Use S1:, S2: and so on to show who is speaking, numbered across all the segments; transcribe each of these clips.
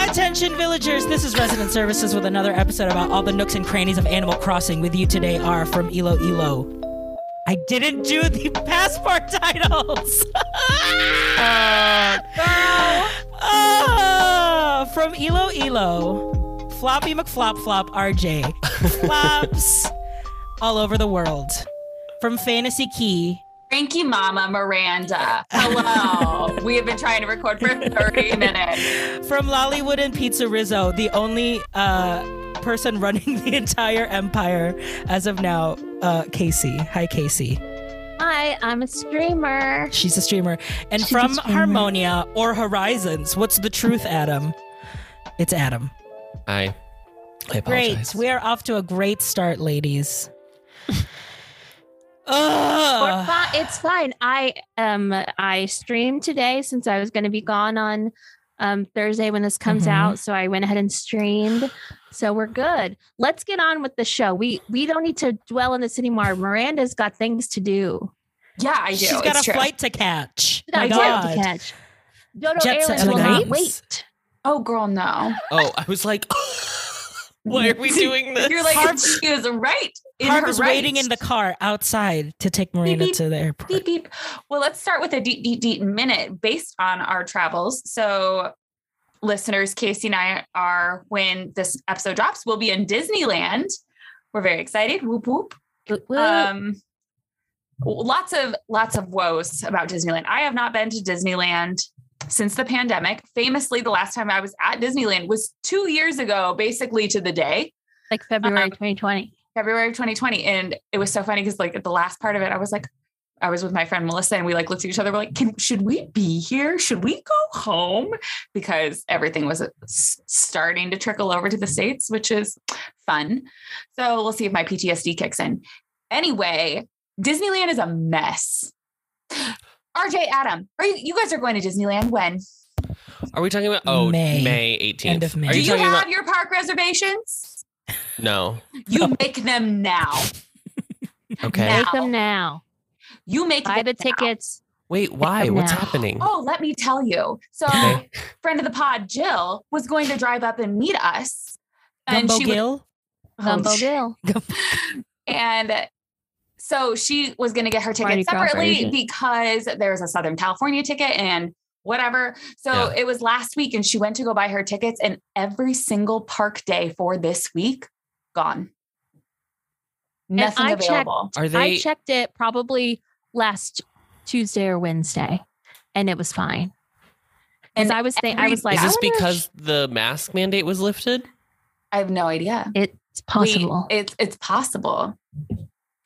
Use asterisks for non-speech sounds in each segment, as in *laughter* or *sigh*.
S1: Attention, villagers! This is Resident Services with another episode about all the nooks and crannies of Animal Crossing. With you today are from Elo Elo. I didn't do the *laughs* passport titles! *laughs* Ah, from Elo Elo, Floppy McFlop Flop RJ. Flops all over the world. From Fantasy Key,
S2: Frankie Mama Miranda.
S1: *laughs*
S2: Hello. we have been trying to record for 30 minutes.
S1: From Lollywood and Pizza Rizzo, the only uh, person running *laughs* the entire empire as of now, uh, Casey. Hi, Casey.
S3: Hi, I'm a streamer.
S1: She's a streamer. And
S3: She's a
S1: from
S3: streamer.
S1: Harmonia or Horizons, what's the truth, Adam? It's Adam.
S4: I, I apologize.
S1: Great. We are off to a great start, ladies. Ugh.
S3: Or fi- it's fine. I um I streamed today since I was going to be gone on um Thursday when this comes
S1: Mhm.
S3: out, so I went ahead and streamed. So we're good. Let's get on with the show. We we don't need to dwell on this anymore. Miranda's got things to do.
S2: Yeah, I do.
S1: She's got
S2: It's
S1: a
S2: true.
S1: flight to catch.
S3: She's
S1: My
S3: got a
S1: God.
S3: tip to catch. Dodo
S1: Jet Set
S3: Airlines will not
S1: Tonight?
S3: wait.
S2: Oh, girl, no.
S4: oh, I was like, *laughs* why are we doing this?
S2: You're like,
S1: Harv-
S2: she is right. in
S1: Harv
S2: her
S1: is
S2: right.
S1: waiting in the car outside to take Miranda
S2: beep.
S1: to the airport.
S2: Beep, beep. Well, let's start with a deep, deep, deep minute based on our travels. So, listeners, Casey and I are, when this episode drops, we'll be in Disneyland. We're very excited. Whoop, whoop.
S3: Woo- woo.
S2: um lots of lots of woes about disneyland i have not been to disneyland since the pandemic famously the last time i was at disneyland was two years ago basically to the day
S3: like February
S2: um,
S3: 2020.
S2: february of 2020 and it was so funny because like at the last part of it i was like i was with my friend melissa and we like looked at each other we're like Can, should we be here should we go home because everything was uh, s- starting to trickle over to the states which is fun so we'll see if my ptsd kicks in anyway disneyland is a mess *gasps* rj adam are you, you guys are going to disneyland when
S4: Are we talking about? Oh,
S1: May.
S4: May, 18th.
S1: End of May.
S4: Are
S2: do
S4: you,
S2: you
S4: talking
S2: have
S4: about?
S2: your park reservations
S4: No.
S2: you make them now
S4: Okay.
S2: Now.
S3: Make them now.
S2: you make
S3: Buy
S2: them
S3: the
S2: now.
S3: tickets.
S4: Wait, why?
S3: them
S4: What's
S3: now.
S4: happening?
S2: Oh, let me tell you. So,
S4: Okay.
S2: friend of the pod, Jill, was going to drive up and meet us. And
S1: Gumbo
S2: she was-
S1: Gill?
S2: Oh,
S3: Gumbo
S2: sh-
S3: Gill.
S2: *laughs* And so she was going to get her ticket
S3: Mardi Gras
S2: separately
S3: version.
S2: because there was a Southern California ticket and whatever. So
S4: Yeah.
S2: it was last week and she went to go buy her tickets and every single park day for this week gone. Nothing
S3: I checked-
S2: available.
S4: Are they?
S3: I checked it probably last Tuesday or Wednesday, and it was fine. And
S2: And
S3: I was thinking, I
S2: every-
S3: was like,
S4: is
S3: I
S4: this
S3: wonder if
S4: because the mask mandate was lifted?
S2: I have no idea.
S3: it's possible?
S2: We, it's it's possible.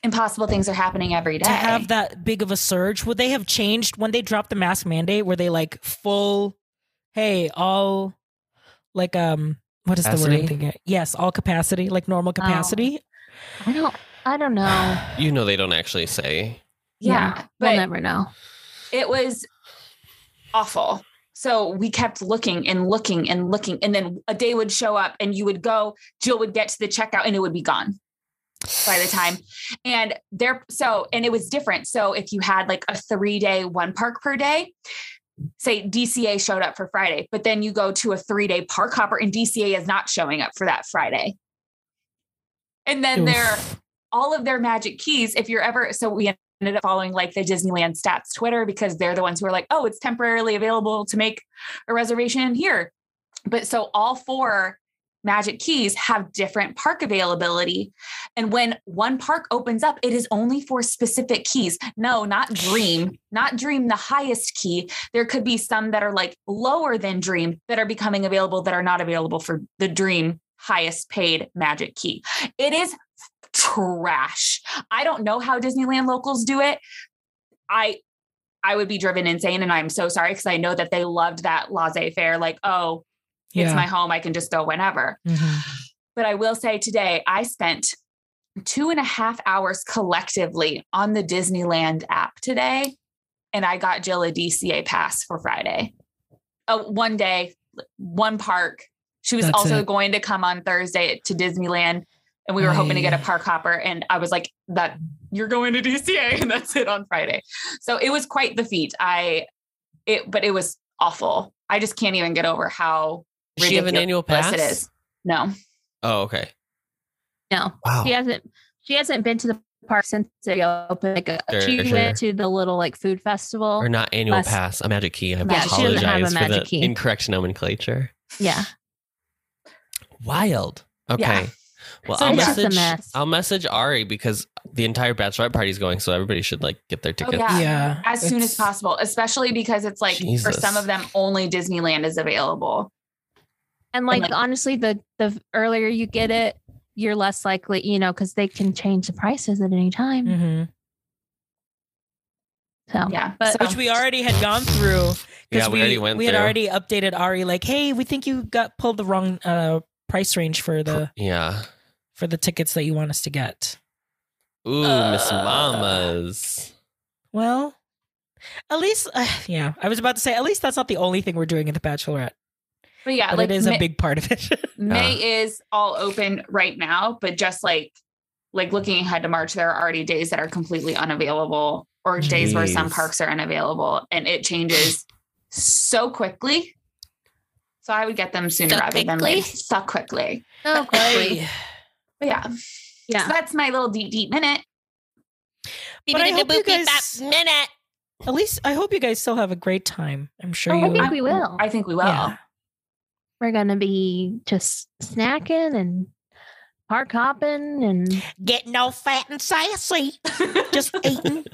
S2: Impossible things are happening every day.
S1: to have that big of a surge would they have changed when they dropped the mask mandate were they like full hey all like um what is the word i'm
S4: Capacity?
S1: thinking yes all capacity like
S2: Oh,
S1: normal capacity
S3: I don't. I don't *sighs* know.
S4: You know they don't actually say.
S2: yeah, but
S3: we'll never know.
S2: it was awful. So we kept looking and looking and looking. And then a day would show up and you would go, Jill would get to the checkout and it would be gone by the time. And there, so, and it was different. So if you had like a three day, one park per day, say DCA showed up for Friday, but then you go to a three day park hopper and DCA is not showing up for that Friday. And then
S1: Oof.
S2: there, all of their magic keys. If you're ever, so we ended up following like the Disneyland stats Twitter because they're the ones who are like, oh, it's temporarily available to make a reservation here. But so all four magic keys have different park availability. And when one park opens up, it is only for specific keys. No, not Dream, not Dream, the highest key. There could be some that are like lower than Dream that are becoming available that are not available for the Dream highest paid magic key. It is trash. I don't know how Disneyland locals do it. I I would be driven insane and I'm so sorry because I know that they loved that laissez-faire like, oh, it's my home, I can just go whenever.
S1: Mhm.
S2: But I will say today I spent two and a half hours collectively on the Disneyland app today. And I got Jill a DCA pass for Friday. Oh, one day, one park. She was
S1: That's
S2: also
S1: it.
S2: going to come on Thursday to Disneyland. And we were
S1: Oh,
S2: hoping to get
S1: yeah.
S2: a park hopper. And I was like, that you're going to DCA *laughs* and that's it on Friday. So it was quite the feat. I it but it was awful. I just can't even get over how
S4: Does she have an annual
S2: ridiculous
S4: pass?
S2: It is. No.
S4: Oh, okay.
S3: No,
S5: Wow.
S4: Oh.
S3: she hasn't. She hasn't been to the park since they opened. Like, uh,
S4: Sure,
S3: she
S4: sure.
S3: went to the little like food festival.
S4: Or not annual
S2: Less-
S4: pass, a magic key. I
S2: Yeah, she
S4: apologize
S2: doesn't
S3: have a
S4: for the
S3: magic key.
S4: incorrect nomenclature.
S3: yeah,
S4: Wild. Okay.
S2: Yeah.
S4: Well,
S2: So
S4: I'll
S2: it's just
S3: a
S4: message.
S3: mess.
S4: I'll message Ari because the entire bachelorette party is going, so everybody should like get their tickets.
S2: Yeah.
S1: Yeah.
S2: As soon as
S1: It's-
S2: possible, especially because it's like for
S4: Jesus.
S2: some of them, only Disneyland is available.
S3: and like
S2: like-
S3: honestly, the the earlier you get it, you're less likely, you know, because they can change the prices at any time.
S4: Mm.
S1: Mhm.
S3: So
S2: Yeah. um,
S3: But-
S2: So-
S1: Which we already had gone through. 'cause
S4: Yeah, we already went
S1: We had
S4: through.
S1: already updated Ari like, hey, we think you got pulled the wrong uh, price range for the
S4: Yeah.
S1: for the tickets that you want us to get.
S4: Ooh, Miss
S1: Uh.
S4: Mamas.
S1: Well, at least, *sighs* uh, yeah, I was about to say, at least that's not the only thing we're doing at the Bachelorette,
S2: but yeah,
S1: but
S2: Uh, like
S1: it is a
S2: Ma-
S1: big uh, part of it. *laughs*
S2: May is all open right now, but just like like looking ahead to March, there are already days that are completely unavailable or days where some
S4: Jeez.
S2: parks are unavailable and it changes so quickly. So I would get them sooner
S4: So
S2: rather than
S4: quickly?
S2: later. So quickly.
S3: so quickly.
S2: But yeah. So
S3: Yeah.
S2: that's my little deep deep minute.
S1: But I hope you guys-
S4: minute.
S1: at least I hope you guys still have a great time. I'm sure
S3: Oh, I
S1: you
S3: think we will.
S2: I think we will.
S1: Yeah.
S3: We're gonna be just snacking and park hopping and
S1: getting all fat and sassy, *laughs*
S2: *laughs*
S1: just eating.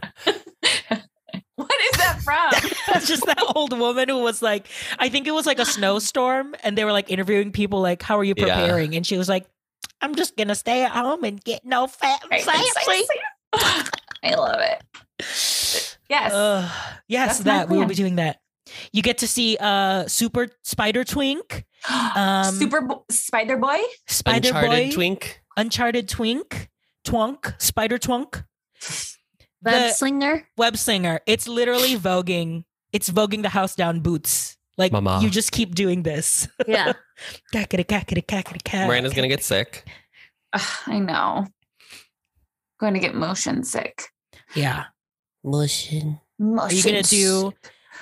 S2: What is that *laughs* from?
S1: *laughs* That's just that old woman who was like, I think it was like a snowstorm, and they were like interviewing people, like, how are you
S4: Yeah.
S1: preparing? And she was like, I'm just gonna stay at home and get no fat and sassy.
S2: *laughs* I love it. Yes.
S1: Ugh. yes,
S2: That's my
S1: that we will
S2: plan.
S1: be doing that. You get to see uh Super Spider Twink,
S2: *gasps*
S1: um,
S2: Super Bo- Spider Boy.
S1: Spider
S4: Uncharted
S1: Boy,
S4: Twink.
S1: Uncharted Twink, Twunk, Spider Twunk,
S3: web
S1: the
S3: slinger.
S1: web singer. It's literally voguing. It's voguing the house down boots. Like
S4: Mama.
S1: you just keep doing this. *laughs*
S3: Yeah,
S1: Cackety, cackety, cackety, cack.
S4: Miranda's gonna get sick.
S2: Ugh, I know. Going to get motion sick.
S1: Yeah.
S4: Motion.
S1: Are you gonna do?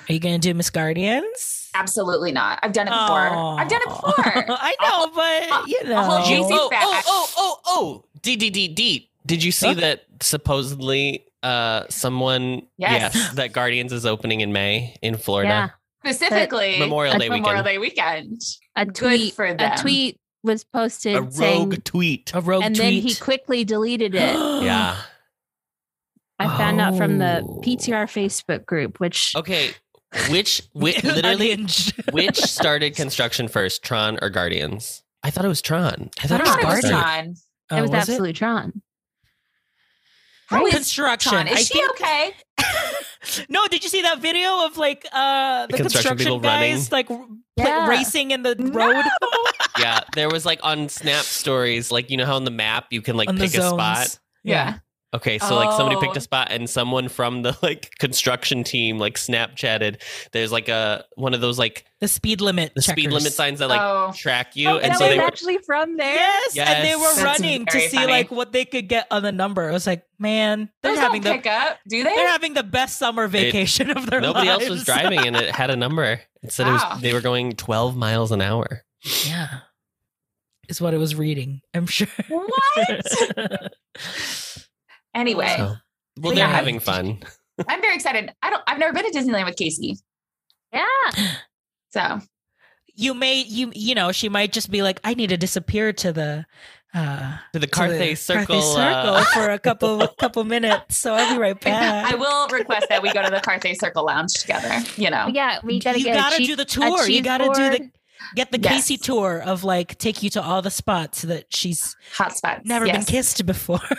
S1: Are you gonna do Miss Guardians?
S2: Absolutely not. I've done it before. I've done it
S1: Aw. *laughs*
S2: before.
S1: I know, but
S2: I'll-
S1: you know.
S2: I'll hold you
S4: Oh,
S2: back.
S4: oh, oh, oh, oh. D D D D. Did you see
S1: Huh?
S4: that supposedly uh someone
S2: Yes.
S4: that Guardians is opening in May in
S3: yeah.
S4: Florida.
S2: Specifically,
S4: Memorial Day weekend.
S2: Memorial Day weekend.
S3: A
S2: Good
S3: tweet.
S2: for them.
S3: A tweet was posted
S4: A rogue
S3: saying
S4: tweet.
S1: a rogue
S3: and then
S1: tweet.
S3: he quickly deleted it.
S4: *gasps*
S1: *gasps*
S4: yeah.
S3: I found out from the
S1: Oh.
S3: PTR Facebook group, which
S4: Okay.
S1: *laughs*
S4: Which, which literally
S1: Unhinged.
S4: which started construction first, Tron or Guardians? I thought it was Tron. I
S2: I
S4: thought it was
S2: thought it was
S4: Guardians.
S2: Tron.
S1: Oh,
S3: it was,
S1: was
S3: absolutely Tron.
S2: How is
S1: construction.
S2: Tron? Is
S1: I
S2: she
S1: think-
S2: okay?
S1: no, did you see that video of like uh the,
S4: The construction
S1: construction,
S4: people
S1: guys like r- pla-
S3: Yeah.
S1: racing in the
S2: No.
S1: road
S4: Yeah, there was like on Snap stories, like you know how on the map you can like
S1: on the
S4: pick a
S1: zones?
S4: spot.
S2: Yeah.
S4: Okay, so like somebody picked
S2: Oh.
S4: a spot and someone from the *laughs* like construction team like Snapchatted. There's like a one of those like
S1: The speed limit.
S4: the speed
S1: checkers.
S4: limit signs that like
S2: oh,
S4: track you,
S3: Oh,
S4: and
S3: that
S4: so
S3: was
S4: they were,
S3: actually from there.
S1: Yes, and they
S4: Yes.
S1: were
S4: That's
S1: running to
S2: very
S1: see
S2: funny.
S1: like what they could get on the number. I was like, man, they're
S2: those
S1: having
S2: don't
S1: the
S2: pick up, do
S1: they're
S2: they?
S1: having the best summer vacation of their
S4: nobody
S1: lives.
S4: else was driving, and *laughs* it had a number. It said it
S2: Wow.
S4: was they were going 12 miles an hour.
S1: *laughs* Yeah. Is what I was reading, I'm sure. *laughs*
S2: What? Anyway,
S4: So, well,
S2: Yeah.
S4: they're having fun.
S2: I'm very excited. I don't. I've never been to Disneyland with Casey,
S3: Yeah.
S2: so *laughs*
S1: you may you you know, she might just be like, I need to disappear to the uh
S4: To
S1: to
S4: the
S1: the
S4: Carthay
S1: Carthay
S4: Circle. uh,
S1: Circle for a couple couple minutes. So I'll be right back.
S2: I will request that we go to the Carthay Circle Lounge together. You know,
S3: Yeah, we gotta
S1: you
S3: get a
S1: gotta
S3: cheese-
S1: do the
S3: a
S1: tour. You
S3: cheese
S1: gotta do the
S3: board.
S1: get the
S2: Yes.
S1: Casey tour of like take you to all the spots that she's
S2: hot spots.
S1: never been
S2: Yes.
S1: kissed before. *laughs*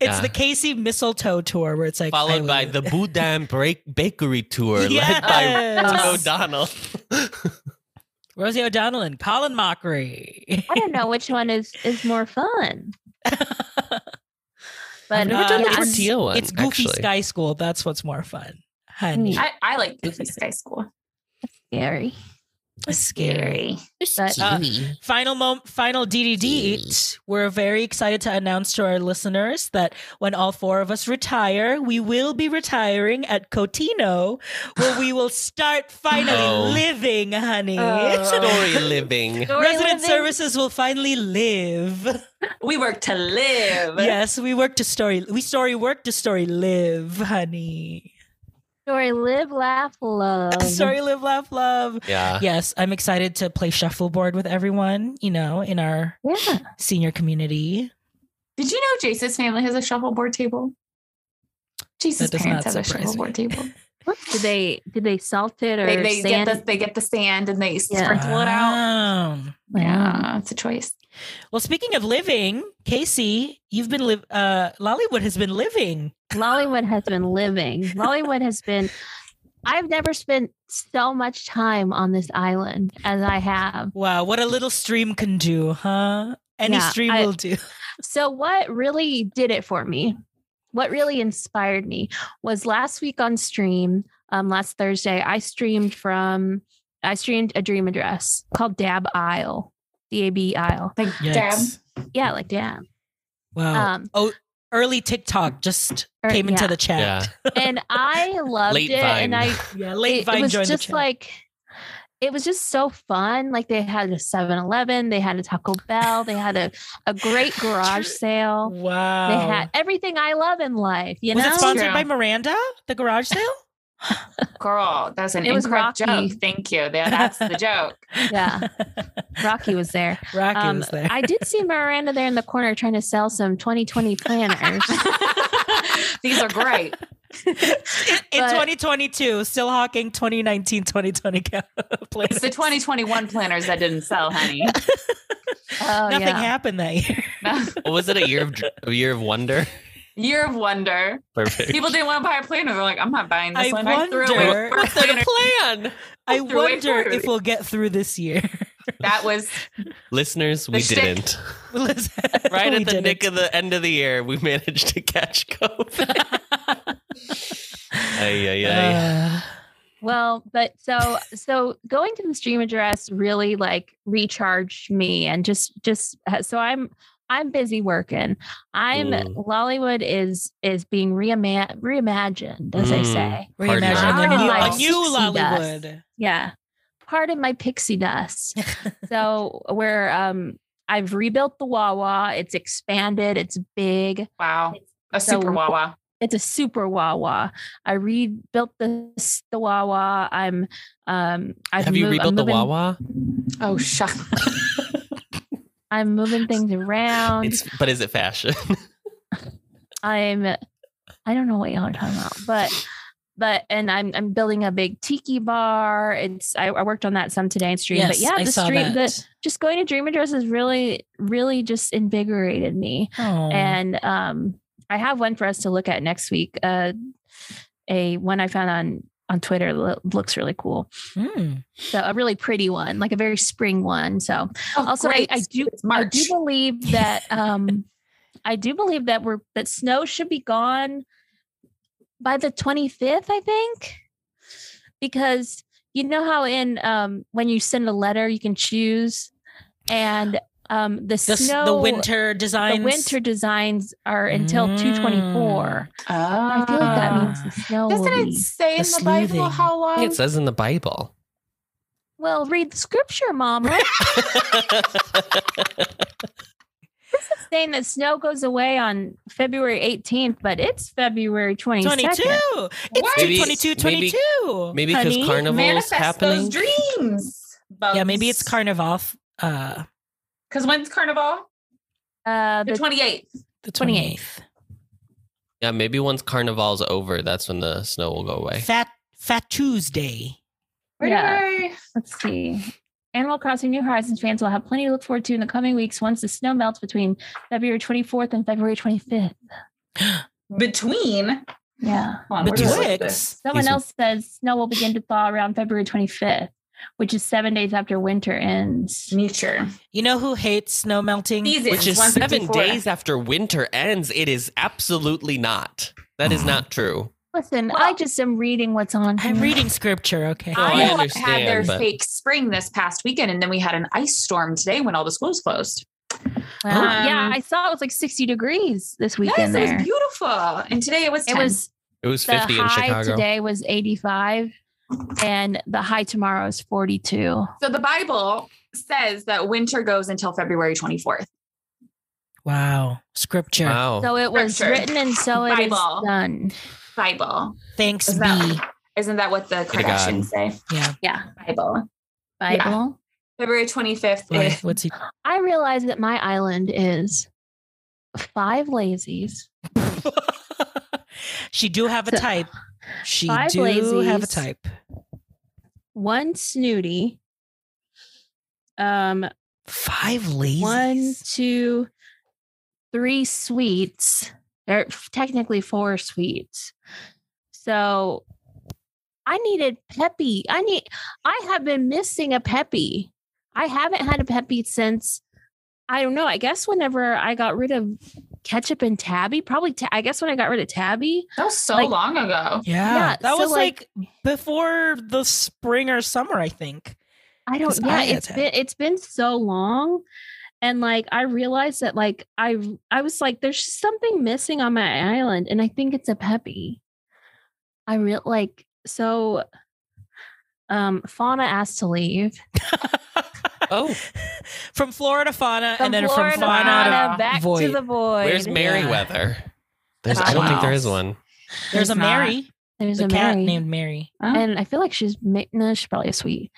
S1: it's
S4: Yeah.
S1: the Casey mistletoe tour where it's like I
S4: *laughs* followed by
S1: will-
S4: the Boudin Break Bakery Tour led by Tim
S1: Yes.
S4: O'Donnell.
S1: Rosie O'Donnell and Colin Mockery.
S3: I don't know which one is is
S1: *laughs*
S3: more fun. But
S1: never done the
S3: uh, yeah,
S1: tortilla.
S4: tortilla one.
S1: it's Goofy
S4: actually.
S1: Sky School. That's what's more fun, honey.
S3: Mm.
S2: I, I like Goofy Sky School.
S3: scary. It's scary. But,
S1: uh, Final mom, final DDD eat. We're very excited to announce to our listeners that when all four of us retire, we will be retiring at Cotino, where we will start finally
S4: Oh.
S1: living, honey. *laughs*
S2: Oh.
S3: *laughs*
S4: Story living.
S3: Story
S1: Resident
S3: living-
S1: services will finally live.
S2: *laughs* We work to live.
S1: yes, we work to story. We story work to story live, honey.
S3: Story live, laugh,
S1: *laughs*
S3: love.
S1: Story live, laugh, love.
S4: Yeah.
S1: Yes, I'm excited to play shuffleboard with everyone. You know, in our
S3: Yeah.
S1: senior community.
S2: Did you know Jace's family has a shuffleboard table? Jace's
S1: does
S2: parents
S1: not
S2: have a
S1: surprise me.
S2: shuffleboard
S3: *laughs*
S2: table.
S3: Did they did they salt it or
S2: They, they get
S3: sand?
S2: the they get the sand and they
S3: Yeah. Ah.
S2: sprinkle it out.
S1: Wow.
S2: Yeah, it's a choice.
S1: Well, speaking of living, Casey, you've been live. Uh, Lollywood has been living.
S3: Lollywood has been living. Lollywood has been. I've never spent so much time on this island as I have.
S1: Wow, what a little stream can do, huh? Any
S3: Yeah,
S1: stream
S3: I-
S1: will do.
S3: So, what really did it for me, what really inspired me was last week on stream, um, last Thursday, I streamed from, I streamed a dream address called Dab Isle, D A B Isle.
S2: Like dab.
S1: Yikes.
S3: Yeah, like Dab.
S1: Wow.
S3: Um,
S1: Early TikTok just Oh,
S3: Er,
S1: came into
S3: yeah.
S1: the chat.
S4: Yeah.
S3: and I loved
S4: Late
S3: it.
S4: Vine.
S3: And I,
S1: *laughs* Yeah, late
S3: it, it
S1: Vine
S3: was
S1: joined
S3: just
S1: the chat.
S3: like it was just so fun. Like they had a 7-Eleven, they had a Taco Bell, they had a, a
S1: *laughs*
S3: great garage sale.
S1: wow.
S3: They had everything I love in life, you
S1: was
S3: know.
S1: it sponsored
S2: True.
S1: by Miranda? The garage sale?
S2: Girl, that's an
S3: It was
S2: incorrect
S3: Rocky.
S2: joke. Thank you. There, that's
S3: *laughs*
S2: the joke.
S3: *laughs*
S1: *laughs*
S2: *laughs*
S3: Yeah. Rocky was there.
S1: Rocky
S3: Um,
S1: was there.
S3: I
S1: *laughs*
S3: did see Miranda there in the corner trying to sell some
S1: *laughs*
S3: 2020 planners.
S2: These are great.
S1: in
S3: but-
S1: 2022, still hawking 2019, 2020 *laughs* ca-
S2: It's the
S1: planners.
S2: 2021 planners that didn't sell, honey. *laughs*
S3: oh
S1: Nothing
S3: yeah.
S1: happened that year.
S4: What was it a year of dr- a year of wonder?
S2: Year of wonder.
S4: Perfect.
S2: People didn't want to buy a planner. They're like, I'm not buying this
S1: I
S2: one. I threw away
S1: wonder-
S2: four
S1: What's
S2: planners.
S4: plan.
S1: I
S2: threw away
S1: wonder
S2: four.
S1: if we'll get through this year. *laughs*
S2: That was
S4: Listeners, we
S2: The shtick.
S3: *laughs*
S4: didn't. Right
S1: right
S4: at the nick of the end of the year, we managed to catch COVID.
S3: *laughs*
S4: Ay, ay, ay.
S3: Uh,
S1: *sighs*
S3: Well, but so so going to the stream address really like recharged me and just just uh, so I'm I'm busy working. I'm
S4: Mm.
S3: Lollywood is is being reima- reimagined, as they
S4: Mm.
S3: say.
S1: reimagining a
S2: Wow.
S1: new, a new
S2: Like
S3: Dixie
S1: Lollywood.
S3: Yeah. Part of my pixie
S4: *laughs*
S3: dust. so where um I've rebuilt the Wawa. It's expanded. It's big.
S2: wow. A
S3: So-
S2: super Wawa.
S3: it's a super Wawa. I rebuilt the s- the Wawa. I'm um I've
S4: Have you
S3: moved- I'm
S4: rebuilt the
S3: moving-
S4: Wawa?
S2: Oh, shut.
S3: I'm moving things around.
S4: It's but is
S3: *laughs*
S4: it fashion?
S3: I'm I don't know what y'all are talking about, but but and I'm I'm building a big tiki bar. It's I, I worked on that some today in stream. but yeah, the stream the just going to Dream Address has really, really just invigorated me.
S1: Oh,
S3: and um, I have one for us to look at next week. Uh, a one I found on on Twitter lo- looks really cool.
S1: hmm.
S3: So a really pretty one, like a very spring one. So
S2: Oh,
S3: also I,
S2: great.
S3: I do
S2: It's March.
S3: I do believe that
S2: *laughs*
S3: um, I do believe that we're that snow should be gone by the twenty fifth. I think because you know how in um, when you send a letter you can choose and. Um, the,
S1: the, s-
S3: snow
S1: the winter designs.
S3: the winter designs are until 224. I feel like that
S1: Ah.
S3: means the snow
S2: Doesn't
S3: will
S2: it
S3: be-
S2: say in
S1: The
S2: the Bible
S1: sleuthing.
S2: how long?
S3: Um,
S4: it says in the Bible. *laughs*
S3: Well, read the scripture, Mom. It's saying that snow goes away on February 18th, but it's February 22nd.
S1: 22. It's
S2: What?
S4: Maybe-
S1: 222
S4: maybe-
S1: 22.
S4: Maybe because
S1: honey.
S4: carnival's
S2: Manifest
S4: happening.
S2: those dreams.
S1: Yeah, maybe it's carnival. Uh,
S2: Because when's carnival?
S3: Uh,
S2: The
S3: the
S2: 28th.
S1: the
S3: 28th.
S1: 28th.
S4: yeah, maybe once carnival's over, that's when the snow will go away.
S1: Fat Fat Tuesday.
S2: Where
S3: Yeah.
S2: did I?
S3: let's see. Animal Crossing New Horizons fans will have plenty to look forward to in the coming weeks once the snow melts between February 24th and February 25th.
S2: Between.
S3: Yeah.
S2: Hold on, where did I look at this?
S1: Betwix.
S3: Someone
S4: These are-
S3: else says snow will begin to thaw around February 25th, which is seven days after winter ends.
S2: Nature.
S1: You know who hates snow melting?
S2: Seasons.
S4: Which is seven
S2: 154.
S4: days after winter ends. It is absolutely not. That is not true.
S3: Listen, I just am reading what's on.
S1: I'm
S3: here.
S1: reading scripture, okay?
S4: Oh, I
S2: Iowa had
S4: understand,
S2: their
S4: but-
S2: fake spring this past weekend, and then we had an ice storm today when all the schools closed.
S3: Wow.
S2: Um,
S3: yeah, I saw it was like 60 degrees this weekend
S2: yes, it
S3: there.
S2: was beautiful. And today it was.
S3: It
S2: 10.
S3: was
S4: It was
S3: the
S4: 50 in
S3: high
S4: Chicago.
S3: today was 85 and the high tomorrow is 42.
S2: so the Bible says that winter goes until February 24th.
S1: Wow. Scripture.
S4: Wow.
S3: So it was
S2: Scripture.
S3: written and so it is
S2: Bible.
S3: done.
S2: Bible.
S1: Thanks
S2: Is
S1: be.
S2: that- Isn't that what the
S4: to God.
S2: Kardashians say?
S1: Yeah.
S3: Yeah.
S2: Bible.
S3: Bible.
S2: February 25th.
S3: Eh.
S1: Like,
S2: is-
S1: what's he?
S3: I realize that my island is five lazies,
S1: she do have a
S3: So-
S1: type. She
S3: Five
S1: do have a
S3: lazies.
S1: type.
S3: one snooty, um,
S1: Five lazies.
S3: one, two, three sweets, or technically four sweets. So I needed Peppy. I need I have been missing a Peppy. I haven't had a Peppy since I don't know. I guess whenever I got rid of ketchup and tabby, probably ta- I guess when I got rid of tabby,
S2: That was so
S3: Like-
S2: long ago.
S1: Yeah.
S3: Yeah,
S1: that
S3: so,
S1: was like,
S3: like-
S1: before the spring or summer, I
S3: *laughs*
S1: think.
S3: I don't.
S1: 'Cause
S3: Yeah,
S1: I
S3: it's
S1: had
S3: been it's been so long, and like I realized that like I I was like there's something missing on my island, and I think it's a peppy. I real like so. Um, Fauna asked to leave.
S4: oh,
S1: From Florida fauna and then
S3: Florida
S1: from fauna to
S2: fauna
S3: back to
S1: void.
S3: the void.
S4: where's Merryweather? There's, I don't think there is one.
S1: There's a
S3: There's not.
S1: Mary.
S3: There's
S1: The
S3: a
S1: cat
S3: Mary.
S1: named Mary.
S3: and I feel like she's ma- no, she's probably a sweet.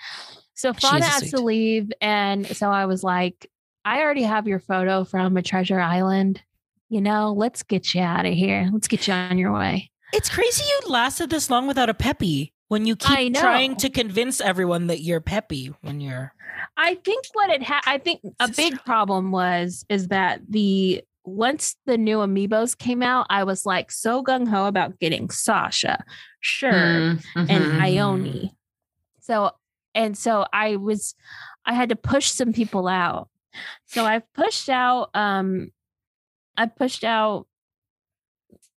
S3: So
S1: Oh. She is
S3: Fauna
S1: a
S3: asked to
S1: sweet.
S3: leave, and so I was like, I already have your photo from a treasure island. You know, let's get you out of here. Let's get you on your way.
S1: It's crazy you lasted this long without a peppy when you
S3: I
S1: keep
S3: know.
S1: trying to convince everyone that you're peppy when you're
S3: I think what it had, I think a big problem was is that the once the new amiibos came out, I was like so gung ho about getting Sasha, sure, and
S2: Mm-hmm.
S1: Mhm.
S3: Ione. So and so I was I had to push some people out. So I pushed out um I pushed out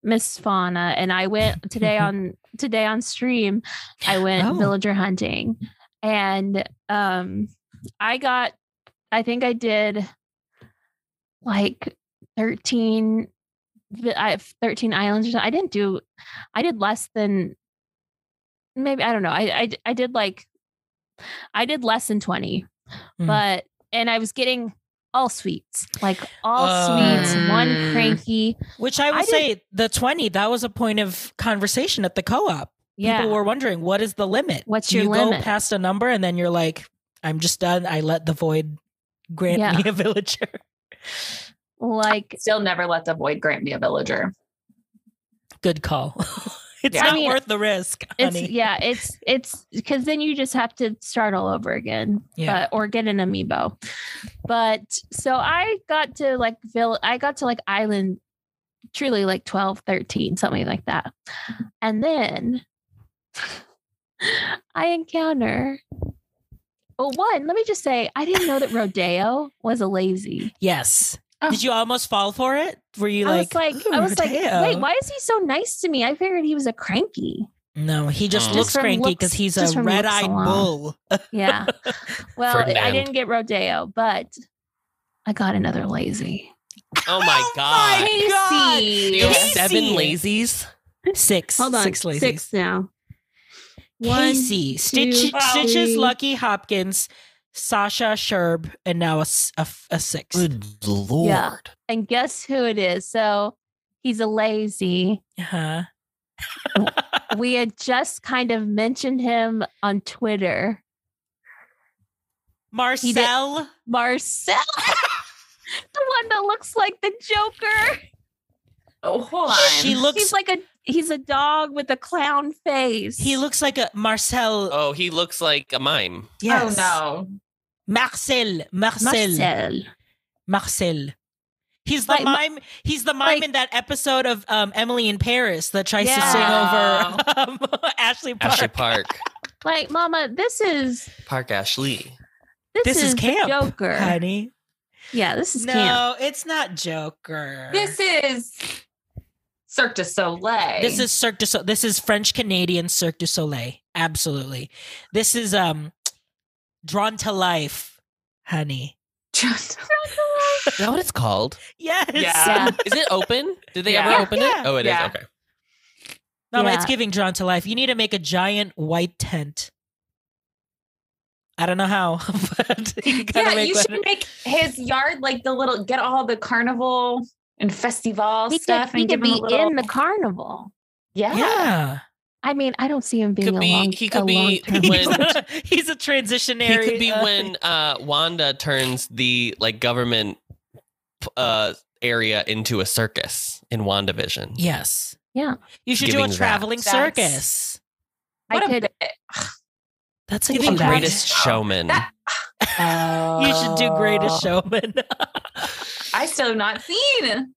S3: Miss Fauna and I went today on today on stream I went
S1: Oh.
S3: villager hunting and um I got I think I did like 13 vi- I have 13 islands or something. I didn't do I did less than maybe I don't know. I I, I did like I did less than 20.
S1: Mm.
S3: But and I was getting all sweets, like all
S1: Oh.
S3: sweets, one
S2: Mm.
S3: cranky.
S1: which I will
S3: I did-
S1: say the 20 that was a point of conversation at the co-op.
S3: Yeah.
S1: People were wondering what is the limit?
S3: What's
S1: Do
S3: your
S1: you go
S3: limit?
S1: past a number and then you're like I'm just done. I let the void grant
S3: Yeah.
S1: me a villager.
S3: like
S2: Still never let the void grant me a villager.
S1: Good call. *laughs* it's
S2: Yeah.
S1: not
S3: I mean,
S1: worth the risk,
S3: it's
S1: honey.
S3: yeah, it's it's because then you just have to start all over again.
S1: Yeah.
S3: But, or get an amiibo. But so I got to like vill I got to like island truly like 12, 13, something like that. And then *laughs* I encounter well, one, let me just say I didn't know that Rodeo was a lazy.
S1: yes.
S2: Oh.
S1: Did you almost fall for it? Were you
S3: I
S1: like,
S3: was like,
S1: "Ooh,
S3: I was
S1: Mateo."
S3: like, wait, why is he so nice to me? I figured he was a cranky.
S1: No, he just
S4: Mm. Just
S1: looks
S3: from
S1: cranky
S3: looks-
S1: because he's a
S3: just from looks
S1: red-eyed
S3: alone.
S1: bull. *laughs*
S3: Yeah. Well, I
S4: Ferdinand.
S3: didn't get Rodeo, but I got another lazy.
S4: Oh my
S1: my
S4: God.
S1: God.
S2: Casey.
S4: There were
S1: Casey.
S4: seven lazies.
S1: Six. Six lazies.
S3: Six now. One,
S1: Casey, Stitch,
S3: two,
S1: Stitches,
S3: three.
S1: Lucky Hopkins, Sasha, Sherb, and now a, s- a f- a six.
S4: Good lord.
S3: Yeah. And guess who it is? So he's a lazy.
S1: Uh-huh.
S3: we had just kind of mentioned him on Twitter.
S1: Marcel.
S3: Marcel, *laughs* the one that looks like the Joker.
S2: Oh, hold on.
S1: She looks.
S3: he's like a he's a dog with a clown face.
S1: he looks like a Marcel.
S4: Oh, he looks like a mime.
S1: yes.
S2: Oh
S1: Marcel. Marcel. Marcel.
S3: Marcel.
S1: He's the
S3: Like, ma-
S1: mime. He's the mime
S3: like-
S1: in that episode of um, Emily in Paris that tries
S2: Yeah.
S1: to sing over um, *laughs* Ashley Park.
S4: Ashley Park.
S3: Like, Mama, this is
S4: Park Ashley.
S3: this,
S1: This is
S3: the
S1: camp,
S3: Joker.
S1: Honey.
S3: Yeah, this is camp.
S1: No, it's not Joker.
S2: no. This is Cirque du Soleil.
S1: This is Cirque du Soleil. This is French Canadian Cirque du Soleil. Absolutely. This is um drawn to life, honey.
S2: Just-
S4: Is that what it's called?
S1: Yes. *laughs*
S2: Yeah.
S4: Is it open? Did they
S2: Yeah.
S4: ever open
S1: Yeah.
S4: it? Oh, it is.
S2: Yeah.
S4: Okay.
S1: No, but
S3: Yeah.
S1: it's giving drawn to life. You need to make a giant white tent. I don't know how, *laughs* but you gotta
S2: yeah,
S1: make
S2: you
S1: one.
S2: should make his yard like the little get all the carnival and festival
S3: He could,
S2: stuff
S3: he
S2: and
S3: could
S2: give him
S3: be
S2: a little-
S3: in the carnival.
S2: yeah.
S1: yeah.
S3: I mean, I don't see him being
S4: Could
S3: a
S4: be-
S3: long.
S4: he could
S3: a
S1: *laughs*
S4: be
S3: long-term
S4: when-
S1: He's
S3: resident.
S1: a, he's a transitionary.
S4: He could be
S1: uh,
S4: when uh, Wanda turns the like government uh, area into a circus in WandaVision.
S1: Yes.
S3: Yeah.
S1: You should
S4: Giving
S1: do a
S4: that.
S1: traveling
S2: That's-
S1: circus.
S3: I
S2: What a
S3: could.
S2: bit.
S1: That's a
S4: The
S1: good
S2: Giving
S1: idea.
S4: greatest showman.
S2: That-
S1: You should do greatest showman.
S2: Oh,
S1: *laughs*
S2: I still have not seen.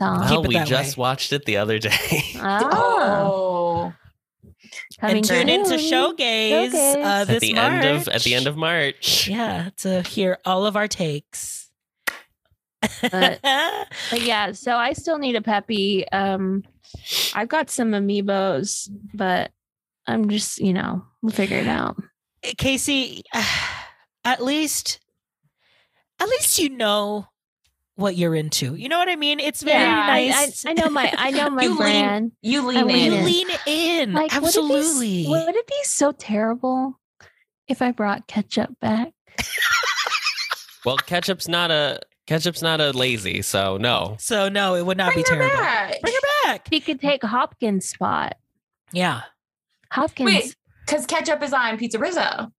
S3: song.
S4: well,
S1: Keep it
S4: we
S1: that
S4: just watched it the other day.
S3: Ah,
S2: Oh.
S3: coming
S1: and tune into
S3: soon.
S1: Showgaze uh,
S3: Showgaze.
S1: this
S4: *laughs* at the
S1: March.
S4: end of at the end of March.
S1: yeah to hear all of our takes. *laughs*
S3: But- But yeah, so I still need a peppy. Um, I've got some amiibos, but I'm just you know we'll figure it out.
S1: Eh, Casey, *sighs* at least, at least you know what you're into. You know what I mean? It's very
S2: Yeah,
S3: I-
S1: nice.
S3: I, I know my I know my
S2: You lean-
S3: brand.
S2: You
S1: you
S2: lean
S3: I Oh, lean
S2: in.
S1: lean in.
S3: Like
S1: Mm, Absolutely.
S3: Would it, be, would it be so terrible if I brought ketchup back?
S4: Well, ketchup's not a ketchup's not a lazy, so no.
S1: so no, it would not
S2: Bring
S1: be
S2: her
S1: terrible.
S2: back.
S1: Bring her back.
S3: He could take Hopkins' spot.
S1: Yeah.
S3: Hopkins,
S2: Wait, because ketchup is on Pizza Rizzo.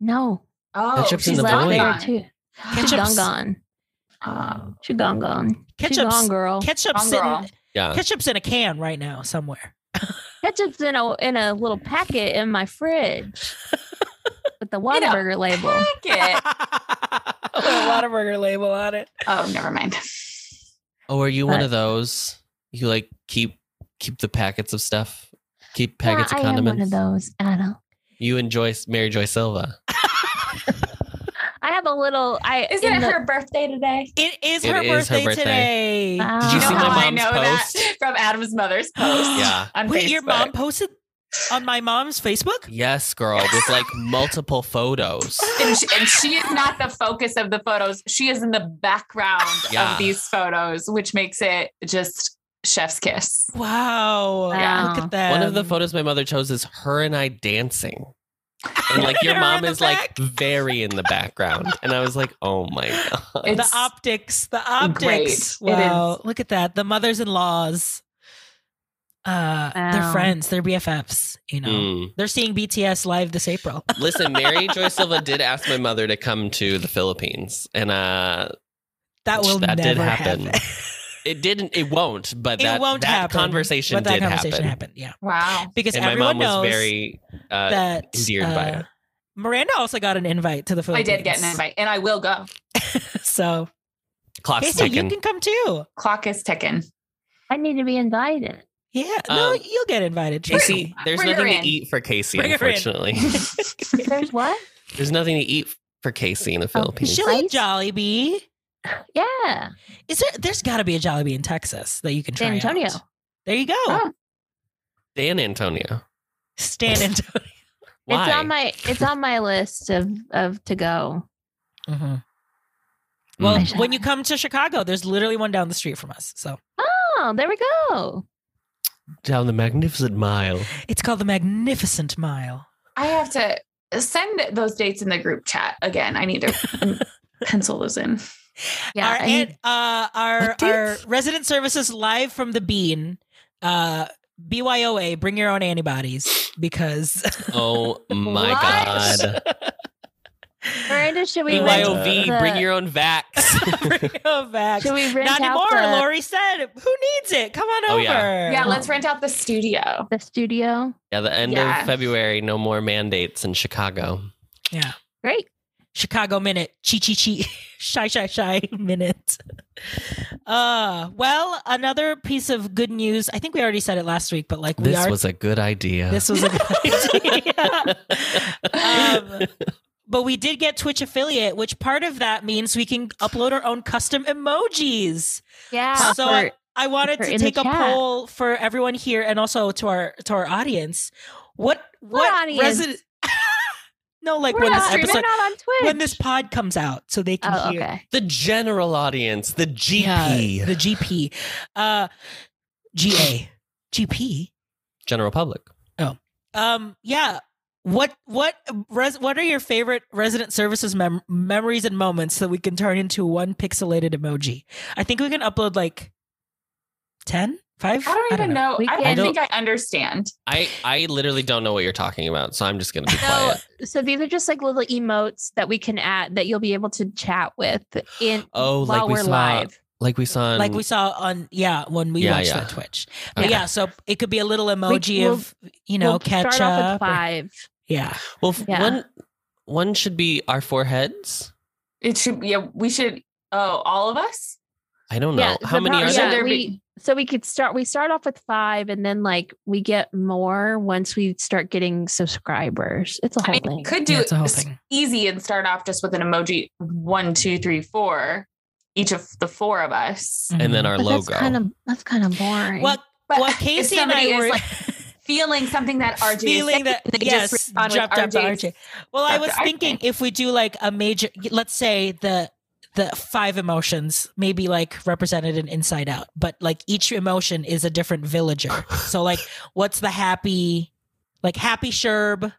S3: no,
S2: Oh,
S4: Ketchup's in
S2: she's
S4: the
S3: left
S2: not
S4: void.
S3: there
S2: on.
S3: too. She
S1: Ketchup's-
S3: gone gone.
S2: Oh.
S3: She gone gone. She
S1: Ketchup's-
S3: gone girl.
S1: Ketchup's
S2: Gone girl.
S1: in,
S4: Yeah.
S1: ketchup's in a can right now somewhere.
S3: Ketchup's in a in a little packet in my fridge
S1: *laughs*
S3: with the Whataburger label.
S2: Packet.
S1: With a Whataburger label on it.
S2: oh, never
S3: *laughs*
S2: mind.
S4: Oh, are you one
S3: But-
S4: of those? You like keep keep the packets of stuff? Keep
S3: Yeah,
S4: packets
S3: I
S4: of
S3: am
S4: condiments.
S3: one of those. Anna.
S4: You and Joyce Mary Joy Silva.
S3: I have a little. I
S2: Is
S3: in
S2: it
S3: the-
S2: her birthday today?
S1: It is,
S4: It
S1: her,
S4: is her
S1: birthday
S4: birthday.
S1: today.
S3: Wow.
S4: Did you
S2: know
S4: see
S2: how
S4: my
S2: I
S4: mom's
S2: know that *laughs*
S4: post?
S2: from Adam's mother's post?
S4: *gasps* Yeah.
S2: on
S1: Wait, your
S2: Facebook.
S1: mom posted on my mom's Facebook?
S4: Yes, girl,
S3: *gasps*
S4: with like multiple photos.
S2: and she, and she is not the focus of the photos. She is in the background
S4: Yeah.
S2: of these photos, which makes it just chef's kiss.
S1: Wow.
S3: Wow.
S1: Look at that.
S4: One of
S3: Um,
S4: the photos my mother chose is her and I dancing. And like your
S1: Her in
S4: mom
S1: the
S4: is like
S1: back.
S4: very in the background. And I was like, oh
S3: *laughs*
S4: my God.
S1: The
S2: It's
S1: optics. The optics.
S2: Great. It
S1: Wow.
S2: is.
S1: Look at that. The mothers in laws. Uh, They're
S3: Wow.
S1: friends. They're BFFs, you know.
S4: Mm.
S1: They're seeing BTS live this April. *laughs*
S4: Listen, Mary Joy Silva did ask my mother to come to the Philippines. And uh
S1: That will
S4: That
S1: never
S4: did happen.
S1: happen. *laughs*
S4: it didn't it won't, but
S1: It
S4: that,
S1: won't
S4: that
S1: happen,
S4: conversation
S1: but that
S4: did
S1: conversation
S4: happen.
S1: happened. Yeah.
S2: wow.
S1: Because
S4: And my
S1: everyone
S4: mom was
S1: knows
S4: very uh,
S1: that
S4: endeared by
S1: uh,
S4: it.
S1: Miranda also got an invite to the
S2: I
S1: Philippines.
S2: did get an invite and I will go.
S1: *laughs* So
S4: clock's
S1: Casey, you
S4: ticking.
S1: can come too.
S2: Clock is ticking.
S3: I need to be invited.
S1: Yeah, no,
S4: Um,
S1: you'll get invited. trust
S4: Casey,
S1: me.
S4: there's
S2: Bring her
S4: nothing
S2: in.
S4: to eat for Casey,
S1: Bring her in.
S4: unfortunately.
S1: *laughs*
S3: There's what? *laughs*
S4: There's nothing to eat for Casey in the Philippines.
S1: Oh, she'll eat
S3: Ice?
S1: Jollibee.
S3: Yeah,
S1: Is there? There's got to be a Jollibee in Texas that you can try.
S3: San Antonio.
S1: out. There you go.
S2: Oh.
S4: Dan Antonio.
S1: San
S4: *laughs*
S1: Antonio.
S4: Why?
S3: It's on my it's on my list of of to go.
S4: Mm-hmm.
S1: Mhm. *laughs*
S3: I
S4: well,
S1: Well,
S3: shall-
S1: when you come to Chicago, there's literally one down the street from us. So
S3: Oh, there we go.
S4: down the magnificent mile.
S1: it's called the Magnificent Mile.
S2: I have to send those dates in the group chat again. I need to pencil those in.
S3: Yeah,
S1: our
S3: I
S1: and,
S3: need-
S1: uh, our
S4: What
S1: our
S4: dates?
S1: resident services live from the Bean. Uh, BYOA, bring your own antibodies because
S4: Oh my
S3: What?
S4: *laughs* god.
S3: Miranda, should we rent
S4: BYOV,
S3: the-
S4: bring your own vax.
S1: *laughs* bring your back.
S3: Should we rent
S1: Not anymore.
S3: out the,
S1: Lori said, "Who needs it? Come on
S4: Oh,
S1: over."
S4: yeah.
S2: Yeah, let's rent out the studio.
S3: the studio?
S4: *laughs* yeah, the end
S2: Yeah.
S4: of February, no more mandates in Chicago.
S1: Yeah.
S3: Great.
S1: Chicago minute. Chi chi chi. *laughs* Shy shy shy minute. Uh well, another piece of good news. I think we already said it last week, but like we
S4: This
S1: are
S4: was a good idea.
S1: this *laughs* was a
S4: *laughs*
S1: good idea. Um, but we did get Twitch affiliate, which part of that means we can upload our own custom emojis.
S3: Yeah.
S1: So
S3: Ah. for-
S1: I, I wanted
S3: They're
S1: to
S3: in the
S1: take a
S3: chat.
S1: poll for everyone here and also to our to our audience. What what,
S3: audience?
S1: resi- *laughs* no, like
S3: we're
S1: when
S3: not
S1: this
S3: streaming,
S1: episode
S3: we're not on Twitch.
S1: when this pod comes out, so they can
S3: oh,
S1: hear
S3: okay.
S4: The general audience, the GP,
S1: Yeah, the GP, uh, GA, GP.
S4: general public.
S1: Um, yeah. What what res, what are your favorite resident services mem- memories and moments that we can turn into one pixelated emoji? I think we can upload like 10, 5?
S2: I don't even know.
S3: We
S2: I
S3: can-
S2: don't think I understand.
S4: I I literally don't know what you're talking about, so I'm just gonna be
S3: So,
S4: quiet.
S3: so these are just like little emotes that we can add that you'll be able to chat with in
S4: Oh, like
S3: while
S4: we
S3: we're
S4: saw-
S3: live.
S4: Like we saw, in,
S1: Like we saw on yeah when we
S4: Yeah,
S1: watched
S4: yeah.
S1: that Twitch. But
S4: Okay.
S1: yeah, so it could be a little emoji
S3: we'll-
S1: of you know
S3: we'll
S1: catch
S3: start off with
S1: up. or-
S3: five.
S1: yeah,
S4: Well, f-
S3: Yeah.
S4: one one should be our foreheads.
S2: It should be. Yeah, we should. Oh, all of us.
S4: I don't know how
S3: the
S4: many
S3: pro-
S4: are
S2: Should
S3: yeah,
S4: there.
S2: there
S3: we,
S2: be-
S3: So we could start. We start off with five, and then like we get more once we start getting subscribers. It's a
S2: I
S3: whole
S2: mean,
S3: thing.
S2: could do
S1: Yeah, it's a whole
S2: s-
S1: thing.
S2: easy and start off just with an emoji. One, two, three, four. Each of the four of us.
S4: And
S1: Mm-hmm.
S4: then our
S3: But
S4: logo.
S3: That's kind of that's kind of boring.
S1: what
S2: But
S1: what
S2: if
S1: Casey and
S2: somebody
S1: I
S2: is,
S1: were *laughs*
S2: like, feeling something that RJ
S1: feeling that yes dropped up to RJ. Well, I
S2: Dropped
S1: was
S2: to RJ.
S1: thinking if we do like a major, let's say the the five emotions, maybe like represented in Inside Out, but like each emotion is a different villager. so like, what's the happy? Like happy Sherb.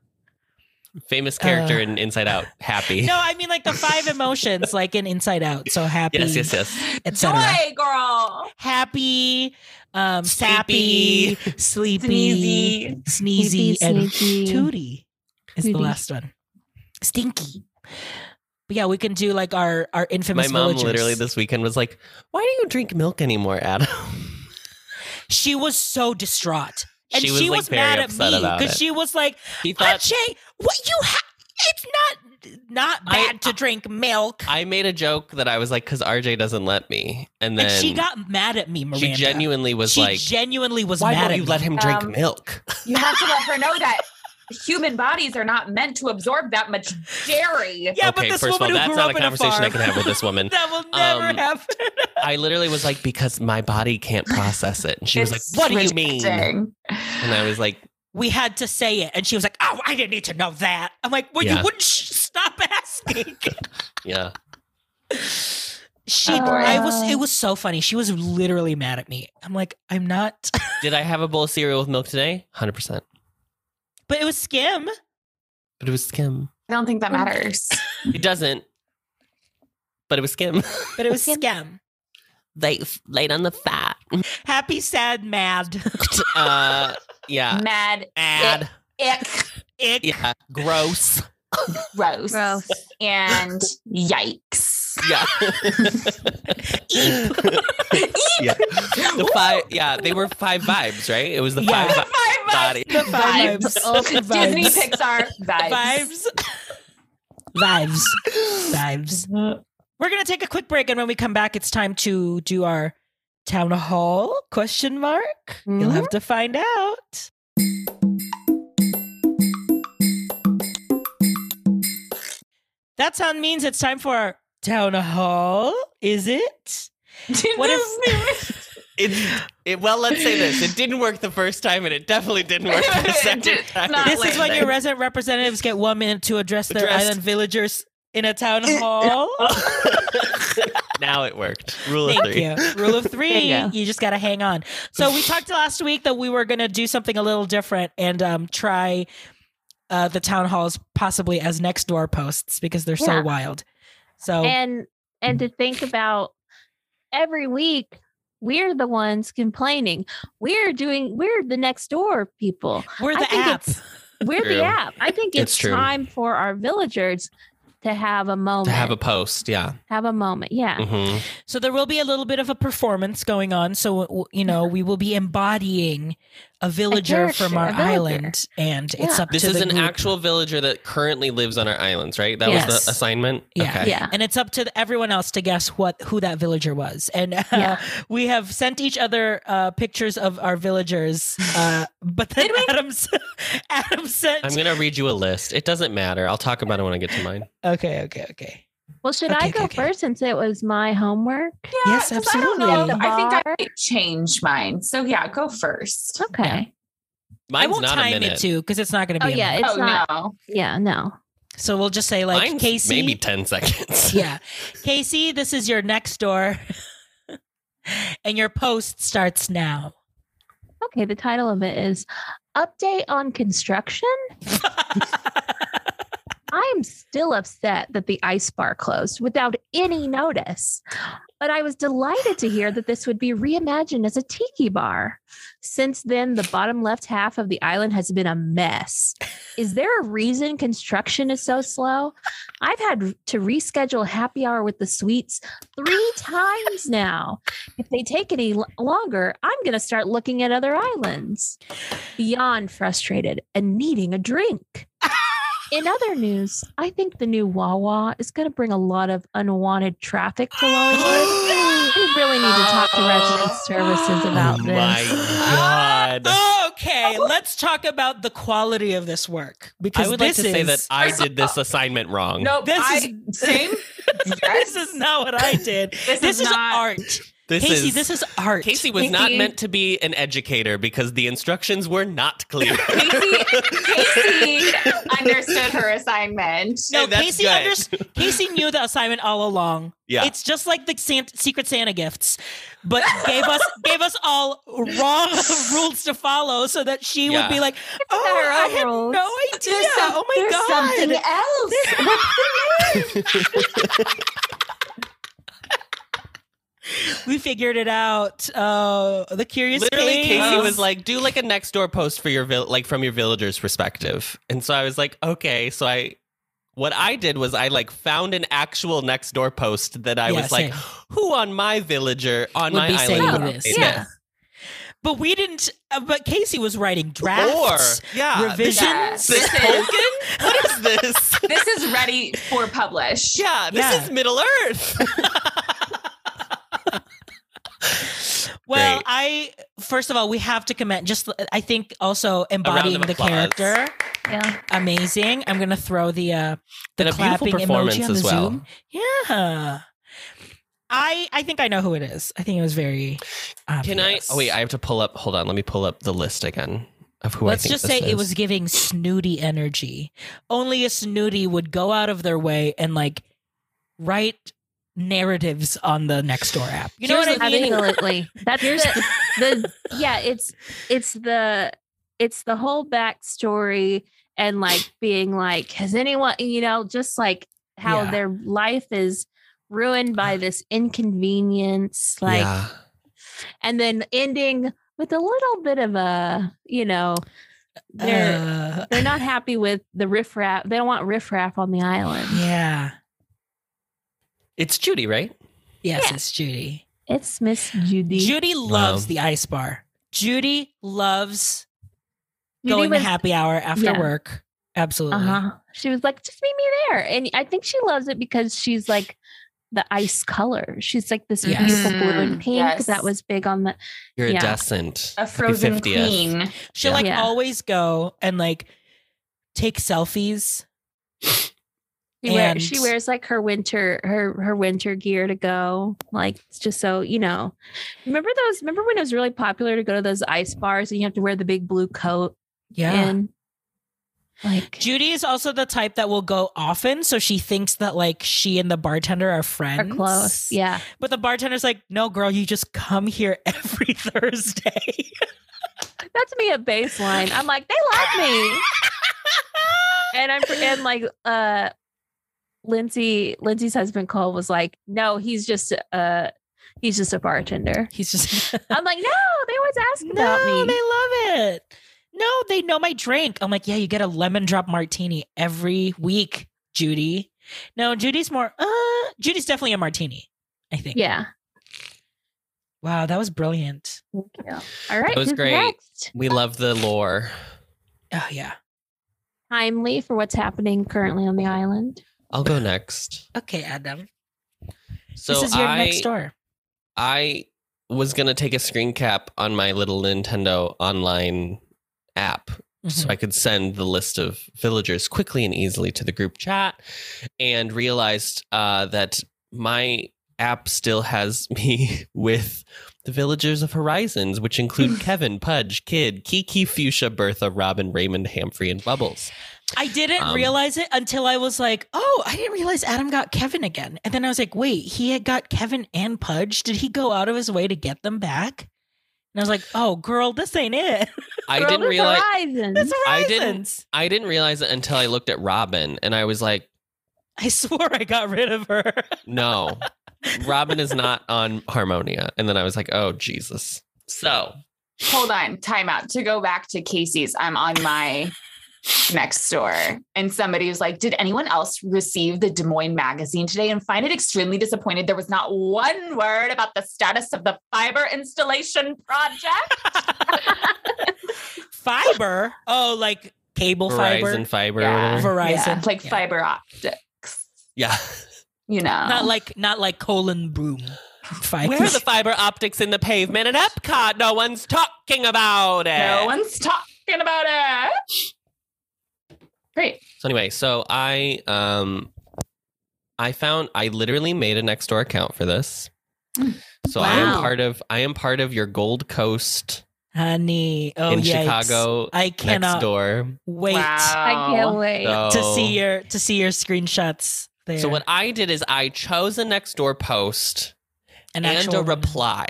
S4: Famous character
S1: Uh.
S4: in Inside Out, Happy.
S1: No, I mean like the five emotions, like in Inside Out. So happy,
S4: *laughs* yes, yes, yes.
S1: etc.
S2: Joy, girl.
S1: Happy, um,
S4: Sleepy.
S1: sappy, sleepy,
S2: Sneezy.
S1: sneezy, and
S3: sneaky.
S1: Tootie is the
S3: Tootie.
S1: last one. Stinky. But yeah, we can do like our our
S4: My
S1: infamous.
S4: mom
S1: villagers.
S4: literally this weekend was like, "Why do you drink milk anymore, Adam?" *laughs*
S1: She was so distraught, and she was, mad
S4: like very
S1: at
S4: upset
S1: me
S4: about
S1: because
S4: it.
S1: she was like,
S4: She thought
S1: "Ajay, what you ha- It's not not
S4: I-
S1: bad to drink milk."
S4: I made a joke that I was like, "Cause RJ doesn't let me," and then
S1: and she got mad at me, Miranda.
S4: she genuinely was
S1: She
S4: like,
S1: genuinely was
S4: "Why
S1: mad
S4: don't
S1: at
S4: you
S1: me.
S4: let him drink
S2: Um,
S4: milk?"
S2: You have to let her know that human bodies are not meant to absorb that much dairy.
S1: Yeah, but
S4: okay,
S1: this
S4: first of all,
S1: woman who
S4: that's
S1: grew
S4: not a
S1: up in
S4: conversation I
S1: farm-
S4: can have with this
S1: *laughs*
S4: woman.
S1: that will never
S4: Um,
S1: happen.
S4: I literally was like, "Because my body can't process it," and she was like,
S2: It's
S4: "What do you mean?" And
S2: rejecting.
S4: I was like,
S1: we had to say it, and she was like, "Oh, I didn't need to know that." I'm like, "Well,
S4: Yeah.
S1: you wouldn't sh- stop asking." *laughs*
S4: "Yeah."
S1: She,
S2: Oh, boy.
S1: I was, it was so funny. She was literally mad at me. I'm like, I'm not, *laughs*
S4: Did I have a bowl of cereal with milk today? Hundred percent.
S1: but it was skim.
S4: But it was skim.
S2: I don't think that
S1: Mm.
S2: matters.
S4: It doesn't. But it was skim. *laughs*
S1: But it was
S3: Skim.
S1: skim.
S4: Late, late on the fat.
S1: Happy, sad, mad. *laughs*
S4: Uh, yeah.
S2: Mad,
S4: Ad.
S2: ick,
S1: Ick.
S4: Yeah. Gross.
S2: gross,
S3: Gross.
S2: and yikes.
S1: *laughs*
S4: Yeah. *laughs* yeah. The five. Yeah, they were five vibes, right? It was the
S1: Yeah.
S4: *laughs* five.
S2: Five
S4: Body.
S1: The vibes.
S2: Vibes.
S3: Oh,
S2: Disney, Pixar, vibes. *laughs*
S1: Vibes. Vibes. *laughs* Vibes. We're gonna take a quick break, and when we come back, it's time to do our town hall question mark. You'll
S3: Mhm.
S1: have to find out. That sound means it's time for our town hall. Is it? What if-
S4: It, it, well, let's say this. It didn't work the first time, and it definitely didn't work the
S2: It
S4: second
S2: did
S4: time.
S2: not
S1: This is when
S2: Outland.
S1: your resident representatives get one minute to address their
S4: Addressed.
S1: island villagers in a town hall. *laughs*
S4: *laughs* now it worked. Rule of
S1: Thank
S4: three.
S1: you. Rule
S4: *laughs*
S1: of three.
S3: There you
S1: You, just got to hang on. So we talked last week that we were going to do something a little different and um, try uh, the town halls possibly as next door posts because they're
S3: Yeah.
S1: so wild. So
S3: and and to think about every week we're the ones complaining we're doing we're the next door people
S1: we're
S3: I
S1: the
S3: think
S1: app.
S3: it's- we're
S4: True.
S3: the app i think
S4: It's
S3: it's,
S4: true.
S3: time for our villagers to have a moment
S4: To have a post, yeah.
S3: have a moment yeah
S4: Mhm.
S1: So there will be a little bit of a performance going on. So w- you know we will be embodying a villager
S3: character,
S1: from our
S3: a villager.
S1: island, and it's
S3: Yeah.
S1: up
S4: This
S1: to
S4: is
S1: the
S4: an
S1: group.
S4: actual villager that currently lives on our islands, right? That was
S1: Yes.
S4: the assignment.
S1: Yeah.
S4: Okay.
S3: yeah
S1: and it's up to the- everyone else to guess what who that villager was and *laughs* uh,
S3: Yeah.
S1: we have sent each other uh, pictures of our villagers uh, *laughs* but then adam's *laughs* adam sent
S4: I'm gonna read you a list. It doesn't matter. I'll talk about it when I get to mine.
S1: okay okay okay
S3: Well, should
S1: Okay,
S3: I
S1: okay,
S3: go
S1: okay.
S3: first since it was my homework?
S1: Yes,
S2: 'cause I don't know.
S1: absolutely.
S2: if- I think I
S3: Bar.
S2: might change mine. So yeah, go first.
S1: I
S3: Okay.
S4: Mine's
S1: won't
S4: not a
S1: time
S4: minute.
S1: it too because it's not going to
S3: Oh
S1: be. a
S3: yeah,
S1: minute.
S3: it's
S2: oh
S3: not.
S2: no.
S3: Yeah, no.
S1: so we'll just say like
S4: Mine's
S1: Casey.
S4: maybe ten seconds. *laughs*
S1: yeah, Casey, this is your next door, *laughs* and your post starts
S4: *laughs*
S1: now.
S3: Okay, the title of it is Update on Construction. I am still upset that the ice bar closed without any notice. But I was delighted to hear that this would be reimagined as a tiki bar. Since then, the bottom left half of the island has been a mess. Is there a reason construction is so slow? I've had to reschedule happy hour with the suites
S4: *laughs*
S3: three times now. If they take any l- longer, I'm going to start looking at other islands. Beyond frustrated and needing a drink.
S4: *laughs*
S3: In other news, I think the new Wawa is going to bring a lot of unwanted traffic to
S4: *gasps*
S3: Lollywood. we really need to talk to resident services about
S4: Oh
S3: this. *laughs*
S4: my
S1: *laughs*
S4: god.
S1: okay, let's talk about the quality of this work because
S4: I would like
S1: this
S4: to say that
S1: is-
S4: I did this assignment wrong.
S2: Nope.
S1: This
S2: I, same.
S1: this is *laughs* not what I did.
S2: This,
S1: This
S2: is,
S1: is
S2: not
S1: art.
S4: this
S1: Casey,
S4: is
S1: this is art.
S4: Casey was not
S2: Casey-
S4: meant to be an educator because the instructions were not
S1: *laughs*
S4: clear.
S2: Casey, Casey understood her assignment.
S1: No,
S4: Hey, that's
S1: Casey,
S4: good.
S1: underst- Casey knew the assignment all along.
S4: *laughs* Yeah.
S1: It's just like the San- Secret Santa gifts, but gave
S4: *laughs*
S1: us gave us all wrong *laughs* rules to follow so that she
S4: Yeah.
S1: would be like,
S3: our
S1: "Oh, I
S3: own
S1: had
S3: rules."
S1: no idea.
S2: some-
S1: oh my god."
S2: else.
S1: *laughs* We figured it out. Uh, the curious
S4: Literally,
S1: case.
S4: Casey was like, "Do like a next door post for your vill- like from your villager's perspective." And so I was like, "Okay." So I, what I did was I like found an actual next door post that I
S1: Yeah,
S4: was like,
S1: same.
S4: "Who on my villager on
S1: Would
S4: my
S1: be saying
S4: island?"
S1: this.
S4: would say
S3: Yeah.
S1: but we didn't. Uh, but Casey was writing
S4: Or
S1: drafts,
S4: yeah,
S1: revisions.
S2: Yes.
S4: This, this
S2: This is-
S4: Tolkien? What is this?
S2: This is ready for publish.
S4: Yeah,
S1: *laughs*
S4: this
S1: Yeah.
S4: is Middle Earth.
S1: Well,
S4: Great.
S1: I first of all, we have to commend. Just I think also embodying the
S4: applause.
S1: character,
S3: Yeah.
S1: amazing. I'm gonna throw the uh, the
S4: And a beautiful
S1: clapping
S4: performance
S1: emoji on the
S4: as well.
S1: Zoom. Yeah, I I think I know who it is. I think it was very. Obvious.
S4: Can I? Oh wait, I have to pull up. Hold on, let me pull up the list again of who I
S1: Let's
S4: think
S1: just
S4: this
S1: say
S4: is.
S1: it was giving snooty energy. Only a snooty would go out of their way and like write narratives on the Nextdoor app. You know
S3: Here's
S1: what I mean?
S3: Absolutely. That's the, the yeah, it's it's the it's the whole backstory and like being like, has anyone you know, just like how
S1: Yeah.
S3: their life is ruined by this inconvenience, like
S4: Yeah.
S3: and then ending with a little bit of a, you know, they're
S1: Uh,
S3: they're not happy with the riffraff. They don't want riffraff on the island.
S1: yeah.
S4: It's Judy, right?
S1: Yes, it's Judy.
S3: It's Miss Judy.
S1: Judy loves
S4: Wow.
S1: the ice bar. Judy loves
S3: Judy
S1: going
S3: was-
S1: to happy hour after
S3: Yeah.
S1: work. Absolutely.
S3: Uh-huh. She was like, just meet me there. And I think she loves it because she's like the ice color. She's like this
S1: Yes.
S3: beautiful blue and
S2: Mm,
S3: pink
S2: yes.
S3: that was big on the Yeah.
S4: Iridescent.
S2: A
S4: Happy
S2: frozen
S4: 50th.
S2: queen.
S1: She'll
S4: Yeah.
S1: like
S3: Yeah.
S1: always go and like take selfies.
S3: she, wear,
S1: And-
S3: she wears like her winter her her winter gear to go. Like it's just so, you know. Remember those remember when it was really popular to go to those ice bars and you have to wear the big blue coat
S1: Yeah.
S3: and like
S1: Judy is also the type that will go often, so she thinks that like she and the bartender are
S3: are
S1: friends.
S3: close. Yeah.
S1: But the bartender's like, no, girl, you just come here *laughs* every Thursday.
S3: That's me at baseline. I'm like, they like
S1: *laughs*
S3: me. and I'm and like uh Lindsay Lindsay's husband Cole was like, no, he's just uh he's just a bartender.
S1: He's just *laughs*
S3: I'm like, no, they always ask about
S1: No,
S3: me.
S1: they love it. No, they know my drink. I'm like, yeah, you get a lemon drop martini every week, Judy. No, Judy's more. Uh, Judy's definitely a martini. I think.
S3: yeah.
S1: Wow, that was brilliant.
S3: Thank you. All right.
S4: That was
S3: who's
S4: great.
S3: Next?
S4: We love the lore.
S1: Oh yeah.
S3: Timely for what's happening currently on the island.
S4: I'll go next.
S1: Okay, Adam.
S4: So
S1: this is your
S4: I,
S1: next door.
S4: I was gonna take a screen cap on my little Nintendo online app
S1: Mm-hmm.
S4: so I could send the list of villagers quickly and easily to the group chat, and realized uh, that my app still has *laughs* me with the villagers of Horizons, which include Kevin, Pudge, Kid, Kiki, Fuchsia, Bertha, Robin, Raymond, Hamfrey, and Bubbles.
S1: I didn't
S4: Um,
S1: realize it until I was like, oh, I didn't realize Adam got Kevin again. And then I was like, wait, he had got Kevin and Pudge. Did he go out of his way to get them back? And I was like, oh, girl, this ain't it. *laughs*
S4: I
S3: Girl,
S4: didn't
S3: this
S4: realize
S3: Horizon.
S1: That's
S4: I
S1: Horizons. I,
S4: didn't- I didn't realize it until I looked at Robin, and I was like,
S1: swore *laughs* I got rid of her. *laughs*
S4: no, Robin is not on Harmonia. And then I was like, oh Jesus. So
S2: Hold on, time out. To go back to Casey's, I'm on my next door, and somebody was like, Did anyone else receive the Des Moines magazine today and find it extremely disappointed? There was not one word about the status of the fiber installation project.
S1: Fiber? Oh, like cable
S4: Horizon fiber,
S2: Yeah.
S1: fiber?
S4: or whatever.
S1: Verizon.
S2: Yeah, like
S1: Yeah.
S2: fiber optics,
S4: Yeah.
S2: you know.
S1: Not like not like colon broom. Fiber.
S4: Oh. Where are the fiber optics in the pavement at Epcot? No one's talking about it.
S2: no one's talking about it. Great.
S4: So anyway, so I um I found I literally made a next door account for this.
S1: Mm.
S4: So I am
S3: Wow.
S4: part of I am part of your Gold Coast
S1: *laughs* Honey. Oh
S4: in
S1: yikes.
S4: Chicago
S1: I
S4: next
S1: cannot
S4: door.
S1: wait
S3: I can't wait.
S1: to
S4: So-
S1: see your to see your screenshots there.
S4: So what I did is I chose a next door post
S1: An
S4: and
S1: actual
S4: a
S1: woman.
S4: reply.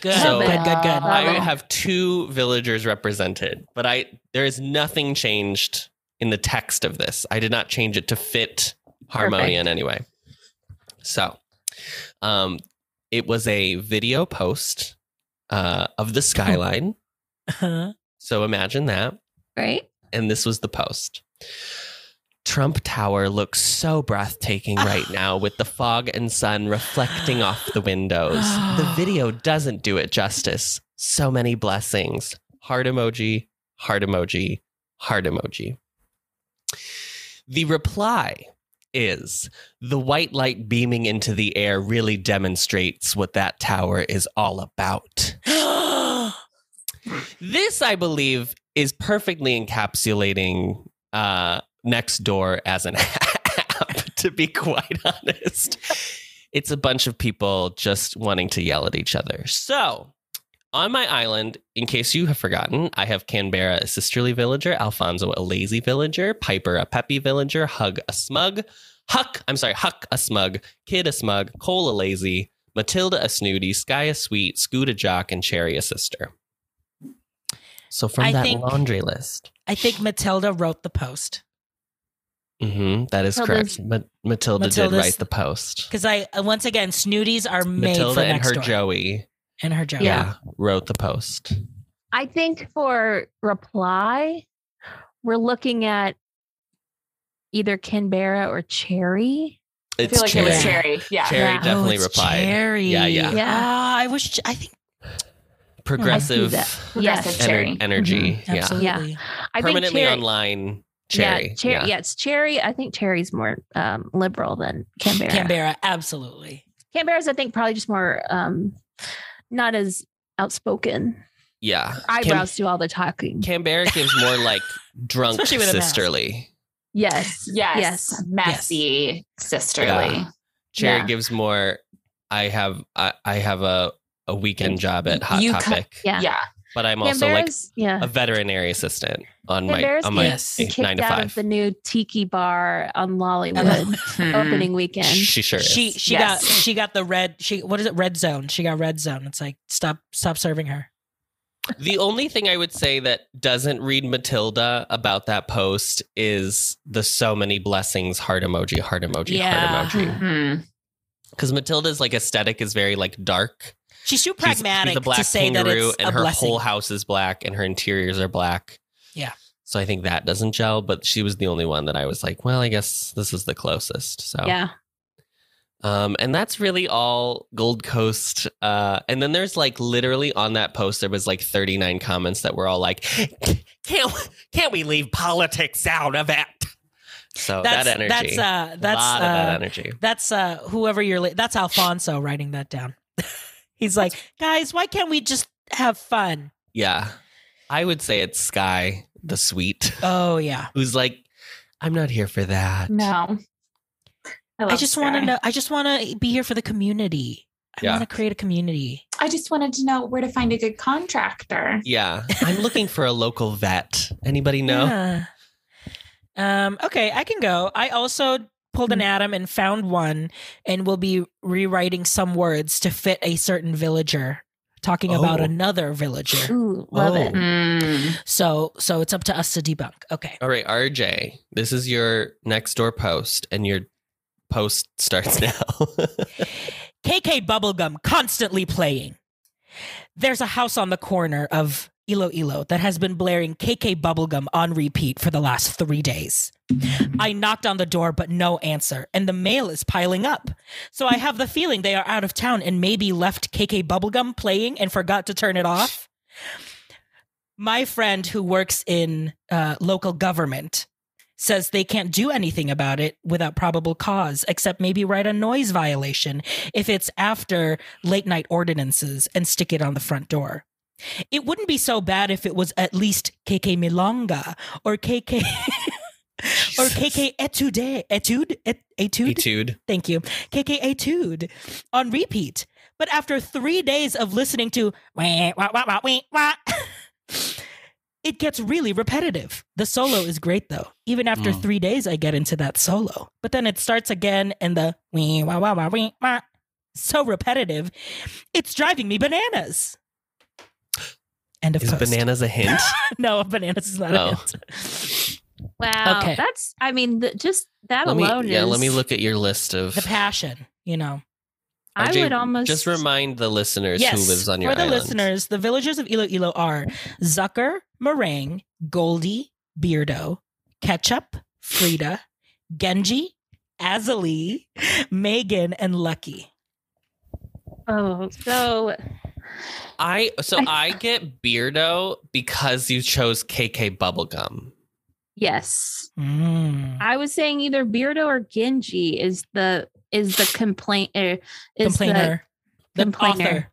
S1: Good,
S4: So-
S1: good, good, good.
S4: I
S3: Wow.
S4: have two villagers represented, but I there is nothing changed in the text of this. I did not change it to fit Harmonia in any way. So, um, it was a video post uh, of the skyline.
S1: Uh-huh.
S4: so imagine that.
S3: Right?
S4: And this was the post. Trump Tower looks so breathtaking right now with the fog and sun reflecting off the windows. The video doesn't do it justice. So many blessings. Heart emoji, heart emoji, heart emoji. The reply is the white light beaming into the air really demonstrates what that tower is all about. This, I believe, is perfectly encapsulating uh, Next Door as an *laughs* app, to be quite honest. It's a bunch of people just wanting to yell at each other. So, on my island, in case you have forgotten, I have Canberra, a sisterly villager, Alfonso, a lazy villager, Piper, a peppy villager, Hug, a smug, Huck, I'm sorry, Huck, a smug, Kid, a smug, Cole, a lazy, Matilda, a snooty, Sky, a sweet, Scoot, a jock, and Cherry, a sister. So, from
S1: I
S4: that
S1: think-
S4: laundry list,
S1: *gasps* I think Matilda wrote the post
S4: hmm that is
S3: Matilda's-
S4: correct. Ma- Matilda did
S1: Matilda's-
S4: write the post.
S1: because I uh, once again snooties are made
S4: Matilda
S1: for
S4: and
S1: next
S4: her
S1: door.
S4: Joey,
S1: and her Joe.
S4: yeah, wrote the post.
S3: I think for reply, we're looking at either Canberra or Cherry.
S2: I feel like it was
S1: Cherry.
S2: Cherry. Yeah.
S4: Cherry
S3: Yeah.
S4: definitely
S1: oh, it's
S4: replied.
S1: Cherry.
S4: Yeah, yeah.
S3: Yeah.
S1: Ah, I wish. I think.
S4: Progressive
S3: I see
S2: Progressive
S3: Yes.
S4: ener-
S2: Cherry.
S4: energy. Yeah.
S1: Mm-hmm. Absolutely.
S3: I think
S4: Permanently
S3: Cherry.
S4: online Cherry.
S3: Yeah, Cherry. Yeah. it's Cherry. I think Cherry's more um, liberal than Canberra.
S1: Canberra. Absolutely.
S3: Canberra's, I think, probably just more um, not as outspoken.
S4: Yeah.
S3: Eyebrows do all the talking.
S4: Cam- Canberra gives more like drunk
S1: Especially with a mask.
S4: sisterly.
S3: yes.
S2: Yes.
S3: Yes.
S2: Messy sisterly.
S4: Yeah. Cherry
S3: Yeah.
S4: gives more I have I, I have a, a weekend job at Hot
S2: You ca-
S4: Topic,
S3: Yeah.
S2: yeah.
S4: but I'm also like
S3: Canberra's- yeah.
S4: a veterinary assistant on my
S3: Canberra's
S4: on my
S1: yes.
S4: eight-
S3: kicked
S4: nine to
S3: out
S4: five.
S3: of the new tiki bar on Lollywood opening weekend.
S4: She sure is.
S1: She she
S2: Yes.
S1: got she got the red. She what is it? Red zone. She got red zone. It's like stop stop serving her.
S4: The only thing I would say that doesn't read Matilda about that post is the so many blessings heart emoji, heart emoji,
S1: Yeah.
S4: heart emoji.
S2: Hmm.
S4: Because Matilda's like aesthetic is very like dark.
S1: She's too
S4: She's- she's
S1: pragmatic
S4: a black
S1: to say that
S4: kangaroo,
S1: it's
S4: and
S1: a
S4: her
S1: blessing.
S4: whole house is black, and her interiors are black.
S1: Yeah.
S4: So I think that doesn't gel, but she was the only one that I was like, well, I guess this is the closest. So
S3: Yeah.
S4: Um, and that's really all Gold Coast. Uh, and then there's like literally on that post, there was like 39 comments that were all like, "Can't can't we leave politics out of it?" So
S1: that's
S4: that energy,
S1: that's uh that's
S4: lot
S1: uh,
S4: of that energy.
S1: That's uh whoever you're li- that's Alfonso writing that down. *laughs* He's like, "Guys, why can't we just have fun?"
S4: Yeah, I would say it's Sky the suite,
S1: Oh yeah.
S4: who's like, I'm not here for that.
S2: No. love
S1: I just
S2: this
S1: want to
S2: guy.
S1: know. I just want to be here for the community. I
S4: Yeah.
S1: want to create a community.
S2: I just wanted to know where to find a good contractor.
S4: Yeah. I'm looking for a local vet. Anybody know?
S1: Yeah. Um. Okay, I can go. I also pulled an atom and found one, and will be rewriting some words to fit a certain villager talking about
S4: Oh.
S1: another villager.
S3: Ooh, love
S4: Oh.
S3: it.
S1: Mm. So, so it's up to us to debunk. Okay.
S4: All right, RJ, this is your next door post, and your post starts *laughs* now.
S1: KK Bubblegum constantly playing. There's a house on the corner of Iloilo that has been blaring KK Bubblegum on repeat for the last three days. I knocked on the door, but no answer, and the mail is piling up. So I have the feeling they are out of town and maybe left KK Bubblegum playing and forgot to turn it off. My friend who works in uh, local government says they can't do anything about it without probable cause, except maybe write a noise violation if it's after late night ordinances and stick it on the front door. It wouldn't be so bad if it was at least KK Milonga or KK *laughs* or KK Etude Etude Et- Etude
S4: Etude.
S1: Thank you. KK Etude on repeat. But after three days of listening to wah, wah, wah, wah, wah, wah, *laughs* it gets really repetitive. The solo is great though. Even after
S4: Mm.
S1: three days, I get into that solo. But then it starts again and the wah, wah, wah, wah, wah, wah. so repetitive. It's driving me bananas. End of
S4: Is
S1: post.
S4: bananas a hint?
S1: *laughs* no, bananas is not
S4: Oh.
S1: an answer.
S3: Wow.
S1: Okay.
S3: That's, I mean, th- just that
S4: let me,
S3: alone
S4: yeah,
S3: is.
S4: let me look at your list of.
S1: The passion, you know.
S3: I
S4: RJ,
S3: would almost.
S4: just remind the listeners who lives on your
S1: For the
S4: island.
S1: listeners, the villagers of Iloilo are Zucker, Meringue, Goldie, Beardo, Ketchup, Frida, Genji, Azalee, Megan, and Lucky.
S3: Oh, so
S4: I
S1: *laughs*
S4: so I get Beardo because you chose KK Bubblegum.
S3: yes,
S1: Mm.
S3: I was saying either Beardo or Genji is the is the complaint er, is
S1: Complainer. The,
S3: complainer.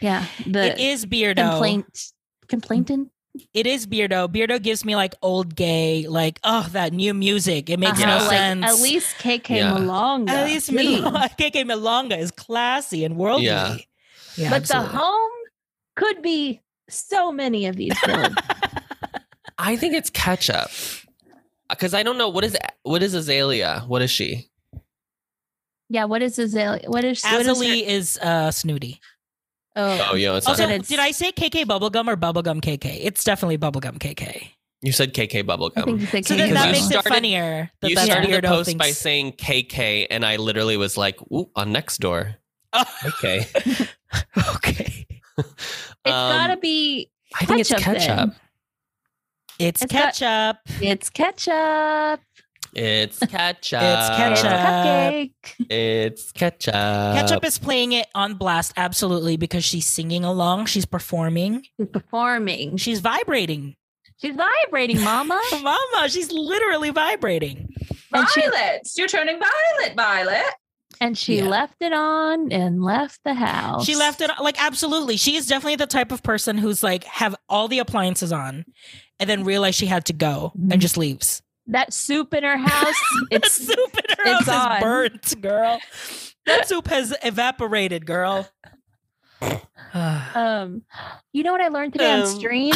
S3: the yeah
S1: author. It
S3: the
S1: is Beardo.
S3: complaint complainant.
S1: It is Beardo. Beardo gives me like old gay, like, oh, that new music. It makes
S4: Uh-huh,
S1: no
S3: like,
S1: sense.
S3: At least KK
S4: Yeah.
S3: Malonga.
S1: At least *laughs*
S3: too.
S1: Mil- KK Milonga is classy and worldly.
S4: Yeah.
S1: Yeah,
S3: but
S1: absolutely.
S3: the home could be so many
S1: *laughs*
S3: of these villains.
S4: I think it's ketchup because I don't know what is what is Azalea. What is she?
S3: yeah, what is Azalea? What is what is her-
S1: Azalee is uh, snooty.
S4: Oh,
S3: oh,
S4: yeah, it's
S1: Also,
S4: not,
S3: Then it's-
S1: did I say KK bubblegum or bubblegum KK? It's definitely bubblegum KK.
S4: you said KK
S3: I think
S4: Bubblegum.
S3: you said
S1: So then
S4: Because
S1: that
S4: you
S1: makes
S4: started-
S1: it funnier. That
S4: You
S1: that's
S4: started
S1: weirdo
S4: the post
S1: thinks.
S4: by saying KK, and I literally was like, "Ooh, on next door." Okay,
S1: *laughs*
S4: *laughs*
S1: okay.
S3: It's
S1: um,
S3: gotta be.
S4: Um, I think it's
S3: ketchup then.
S4: ketchup.
S1: *laughs* It's,
S3: It's got-
S1: ketchup.
S3: It's ketchup.
S4: It's
S1: It's
S4: ketchup.
S3: It's
S1: ketchup.
S3: cupcake.
S4: It's ketchup.
S1: ketchup is playing it on blast absolutely because she's singing along, she's performing,
S3: She's performing.
S1: she's vibrating.
S3: She's vibrating,
S1: *laughs*
S3: Mama.
S1: Mama, she's literally vibrating.
S3: and she
S2: Violet, you're turning violet, Violet.
S3: and she
S1: Yeah.
S3: left it on and left the house.
S1: She left it like absolutely. She is definitely the type of person who's like have all the appliances on and then realize she had to go and just leaves.
S3: that soup in her
S1: *laughs*
S3: house.
S1: The
S3: It's
S1: soup in her house
S3: it's on.
S1: is burnt, girl. That soup has evaporated, girl.
S3: um, you know what I learned today on
S4: Um.
S3: stream.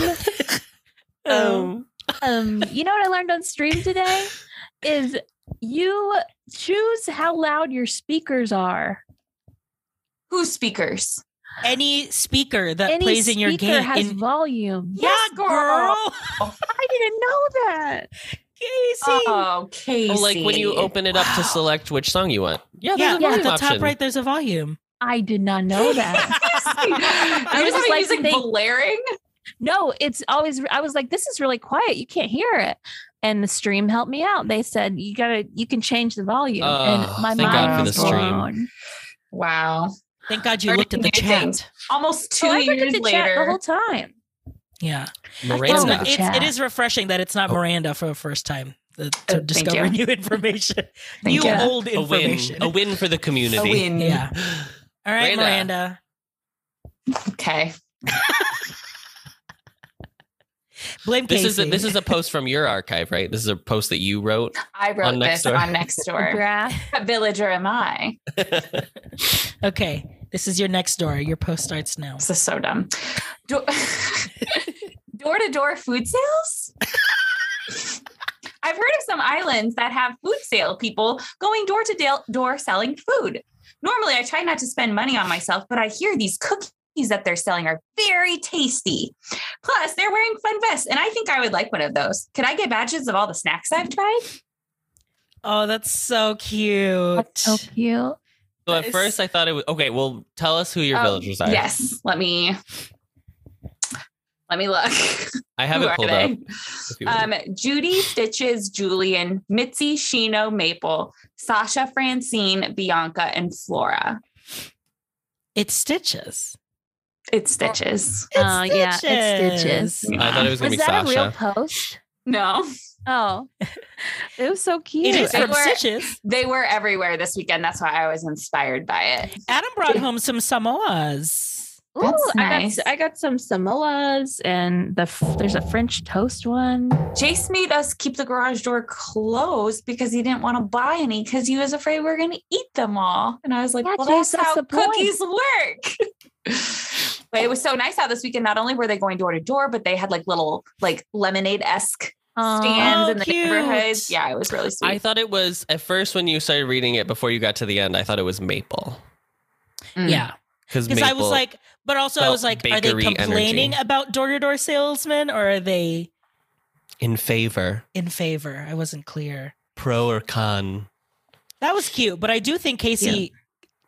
S1: Oh.
S4: Um,
S3: Um, you know what I learned on stream today is you choose how loud your speakers are.
S2: Who's speakers?
S1: Any speaker that
S3: Any
S1: plays in your
S3: speaker
S1: game
S3: has
S1: in-
S3: volume.
S1: yeah,
S2: Yes,
S1: girl.
S2: girl.
S3: I didn't know that.
S1: *laughs* Casey.
S2: Oh, Casey.
S4: oh, like when you
S2: *laughs*
S4: open it up to select which song you want. Yeah,
S1: yeah,
S4: there's a
S1: at
S4: volume
S1: the
S4: option.
S1: top right, there's a volume.
S3: I did not
S2: *laughs*
S3: know
S1: *laughs*
S3: that.
S2: Casey.
S3: I
S2: you
S3: was
S2: just
S3: just like
S2: music
S3: think-
S2: blaring.
S3: no, it's always I was like, this is really quiet. You can't hear it. And the stream helped me out. They said you gotta you can change the volume.
S4: Oh,
S3: and my
S4: thank
S2: God
S3: mind
S2: for
S3: was
S2: the stream.
S3: blown.
S2: Wow.
S1: Thank God you
S2: Learning
S1: looked at the
S2: new things.
S1: chat.
S2: Almost two
S3: Oh, I looked at
S2: years
S3: the chat the
S2: later.
S3: whole time.
S1: Yeah, it's,
S4: Miranda.
S3: It's-
S1: it's, it is refreshing that it's
S4: Oh.
S1: not Miranda for the first time to, to
S2: Oh, thank
S1: discover
S2: you.
S1: new information,
S2: Thank
S1: new
S2: you.
S1: old
S4: a win.
S1: information.
S4: A win for the community. *laughs*
S2: win.
S1: Yeah. All right,
S4: Miranda.
S1: Miranda.
S2: Okay.
S1: Blame
S4: This is
S1: Casey.
S4: a, this is a post from your archive, right? This is a post that you wrote.
S2: I wrote
S4: On
S2: this
S4: Nextdoor.
S2: on next door.
S3: Graph.
S2: what *laughs* villager am I?
S1: okay. This is your next door. Your post starts now.
S2: This is so dumb. *laughs* Door to door food sales? I've heard of some islands that have food sale people going door to door selling food. Normally, I try not to spend money on myself, but I hear these cookies that they're selling are very tasty. Plus, they're wearing fun vests, and I think I would like one of those. Could I get badges of all the snacks I've tried?
S1: Oh, that's so cute.
S3: That's
S2: Oh.
S3: so cute.
S4: So
S1: That
S4: at
S1: is-
S4: first I thought it was okay. Well, tell us who your
S2: Um,
S4: villagers are.
S2: Yes, let me let me look.
S4: I have
S2: Who
S4: it
S2: are
S4: pulled
S2: they?
S4: up. if you want.
S2: Um, Judy, Stitches, Julian, Mitzi, Shino, Maple, Sasha, Francine, Bianca, and Flora.
S1: It's stitches. Ah,
S2: It's Stitches.
S1: It's
S3: Oh, yeah, it's stitches.
S4: I thought it was gonna
S3: Was
S4: be
S3: that a real
S4: Sasha.
S3: post?
S2: No,
S3: Oh, it was so cute.
S1: It is
S2: They
S1: from
S2: were-
S1: stitches.
S2: they were everywhere this weekend. That's why I was inspired by it.
S1: Adam brought home some Samoas.
S3: Ooh,
S2: That's nice.
S3: I got I got some Samoas and the f- there's a French toast one.
S2: Chase made us keep the garage door closed because he didn't want to buy any because he was afraid we were going to eat them all. And I was like,
S3: Yeah,
S2: well,
S3: Chase,
S2: that's, how
S3: that's the point."
S2: cookies work. but it was so nice how this weekend, not only were they going door to door, but they had like little like lemonade esque
S3: Aw.
S2: stands
S1: Oh,
S2: in the
S1: cute.
S2: neighborhoods. Yeah, it was really sweet.
S4: I thought it was at first when you started reading it before you got to the end. I thought it was Maple
S2: Mm.
S1: Yeah.
S4: because
S1: Because I was like, but also I
S4: felt
S1: was like, are they
S4: bakery energy.
S1: complaining about door to door salesmen or are they
S4: in favor,
S1: in favor? I wasn't clear.
S4: pro or con.
S1: That was cute, but I do think Casey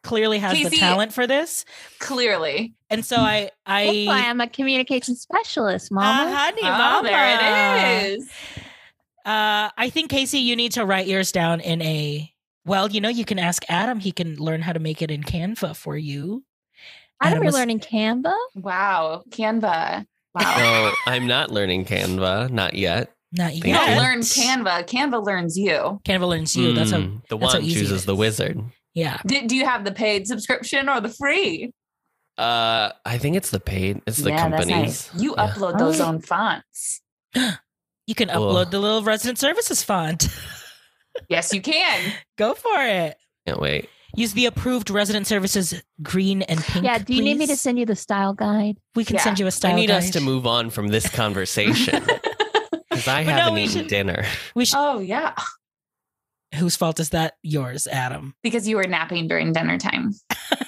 S1: clearly has the
S2: Casey-
S1: talent for this,
S2: Mm. Clearly.
S1: and so I,
S3: That's why
S1: I,
S3: I'm a communication specialist,
S1: Ah,
S3: Mama.
S1: honey,
S2: Oh, there
S1: mama.
S2: it is.
S1: Uh, I think Casey, you need to write yours down in a. Well, you know, you can ask Adam. He can learn how to make it in Canva for you.
S3: Adam, you're
S1: was-
S3: learning Canva.
S2: Wow. Canva. Wow.
S4: No, I'm not learning Canva, not yet.
S1: Not
S4: Thank
S1: yet.
S2: You don't
S4: Yeah.
S2: learn Canva. Canva learns you.
S1: Canva learns you. That's how.
S4: Mm, the
S1: that's how
S4: wand
S1: easy it
S4: chooses the
S1: is.
S4: wizard.
S1: Yeah.
S2: Do, do you have the paid subscription or the free?
S4: Uh, I think it's the paid. It's the
S2: that's
S4: companies.
S2: nice. You
S4: Yeah.
S2: upload those
S3: Oh.
S2: own fonts.
S1: You can
S4: Cool.
S1: upload the little resident services font. *laughs*
S2: Yes, you can.
S1: Go for it.
S4: Can't wait.
S1: Use the approved resident services green and pink.
S3: Yeah. Do you need me to
S1: please.
S3: send you the style guide?
S1: We can
S2: Yeah.
S1: send you a style.
S4: I need us
S1: guide.
S4: to move on from
S1: *laughs*
S4: this conversation because I
S1: But no,
S4: haven't
S1: we
S4: eaten
S1: should-
S4: dinner.
S1: We sh-
S2: *laughs* oh yeah,
S3: Oh.
S1: Whose fault is that? Yours, Adam.
S2: because you were napping during dinner time.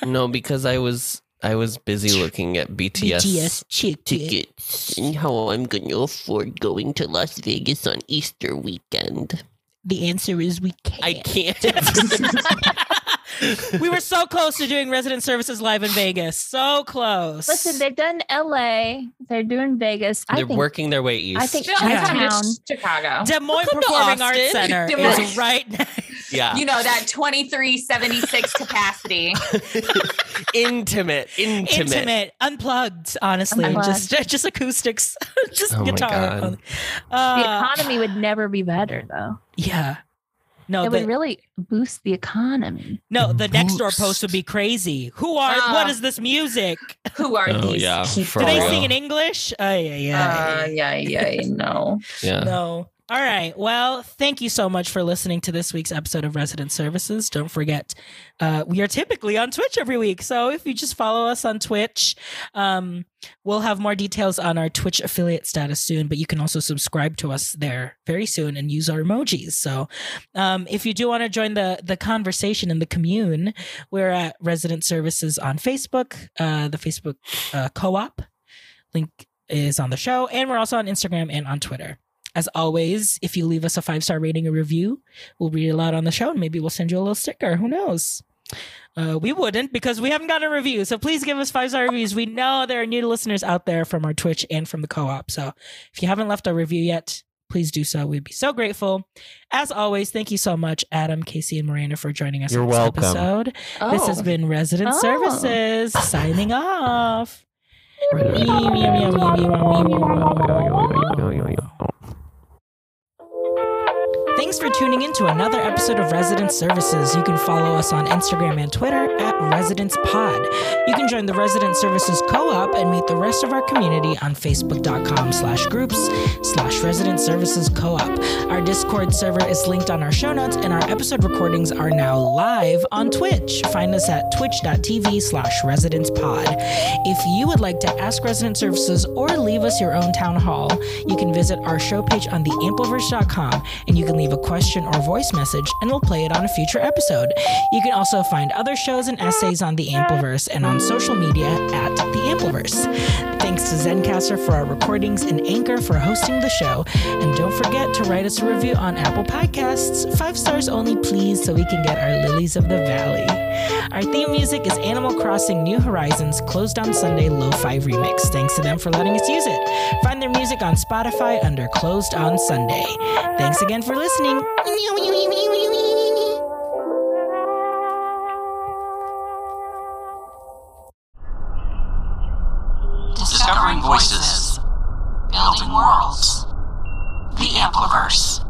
S4: No, because I was I was busy looking
S1: *laughs*
S4: at BTS,
S1: BTS chick ticket.
S4: tickets and how I'm going to afford going to Las Vegas on Easter weekend.
S1: The answer is we can't.
S4: I can't. *laughs*
S1: *laughs* we were so close to doing resident services live in Vegas. So close.
S3: Listen, they've done L.A. They're doing Vegas. I
S4: They're
S3: think
S4: working their way east.
S3: I think
S1: Yeah.
S3: Chinatown.
S2: Chicago.
S1: Des Moines
S4: Come to
S1: Performing Arts
S4: Austin.
S1: Center
S2: Des
S1: is
S2: Moines.
S1: right now.
S4: yeah,
S2: You know that twenty three seventy six capacity.
S4: intimate, *laughs* intimate.
S1: Intimate. unplugged, honestly.
S3: Unplugged.
S1: Just *laughs* just acoustics, just
S4: Oh my
S1: guitar.
S4: God.
S3: The
S1: Uh,
S3: economy would never be better, though.
S1: yeah. No,
S3: it
S1: the,
S3: would really boost the economy.
S1: no, the next door
S4: Boost.
S1: post would be crazy. Who are?
S2: Ah.
S1: what is this music?
S2: Who are
S4: Oh,
S2: these
S4: yeah,
S2: people?
S4: for
S1: Do they
S4: real.
S1: sing in English? Oh yeah, yeah.
S3: Ah,
S2: Uh, yeah, yeah, no.
S4: Yeah.
S1: No. All right. Well, thank you so much for listening to this week's episode of Resident Services. Don't forget, uh, we are typically on Twitch every week. So if you just follow us on Twitch, um, we'll have more details on our Twitch affiliate status soon. But you can also subscribe to us there very soon and use our emojis. So um, if you do want to join the the conversation in the commune, we're at Resident Services on Facebook, uh, the Facebook uh, co-op link is on the show, and we're also on Instagram and on Twitter. As always, if you leave us a five star rating or review, we'll read it aloud on the show and maybe we'll send you a little sticker. Who knows? Uh, we wouldn't because we haven't gotten a review. So please give us five star reviews. We know there are new listeners out there from our Twitch and from the co op. So if you haven't left a review yet, please do so. We'd be so grateful. As always, thank you so much, Adam, Casey, and Miranda for joining us
S4: You're
S1: on this
S4: welcome.
S1: episode. This has been Resident
S3: Oh.
S1: Services signing off.
S3: Meow, meow, meow, meow, meow, meow, meow, meow.
S1: Thank Thanks for tuning in to another episode of Resident Services. You can follow us on Instagram and Twitter at Residence Pod. You can join the Resident Services Co-op and meet the rest of our community on Facebook.com slash groups slash Resident Services Co-op. Our Discord server is linked on our show notes and our episode recordings are now live on Twitch. Find us at twitch.tv slash Residence Pod. If you would like to ask Resident Services or leave us your own town hall, you can visit our show page on theampliverse.com and you can leave a question or voice message and we'll play it on a future episode. You can also find other shows and essays on the Ampliverse and on social media at the Ampliverse. Thanks to Zencaster for our recordings and Anchor for hosting the show. And don't forget to write us a review on Apple Podcasts. Five stars only, please, so we can get our lilies of the valley. Our theme music is Animal Crossing New Horizons Closed on Sunday Lo-Fi Remix. Thanks to them for letting us use it. Find their music on Spotify under Closed on Sunday. Thanks again for listening.
S5: Discovering voices, building worlds, the Ampliverse.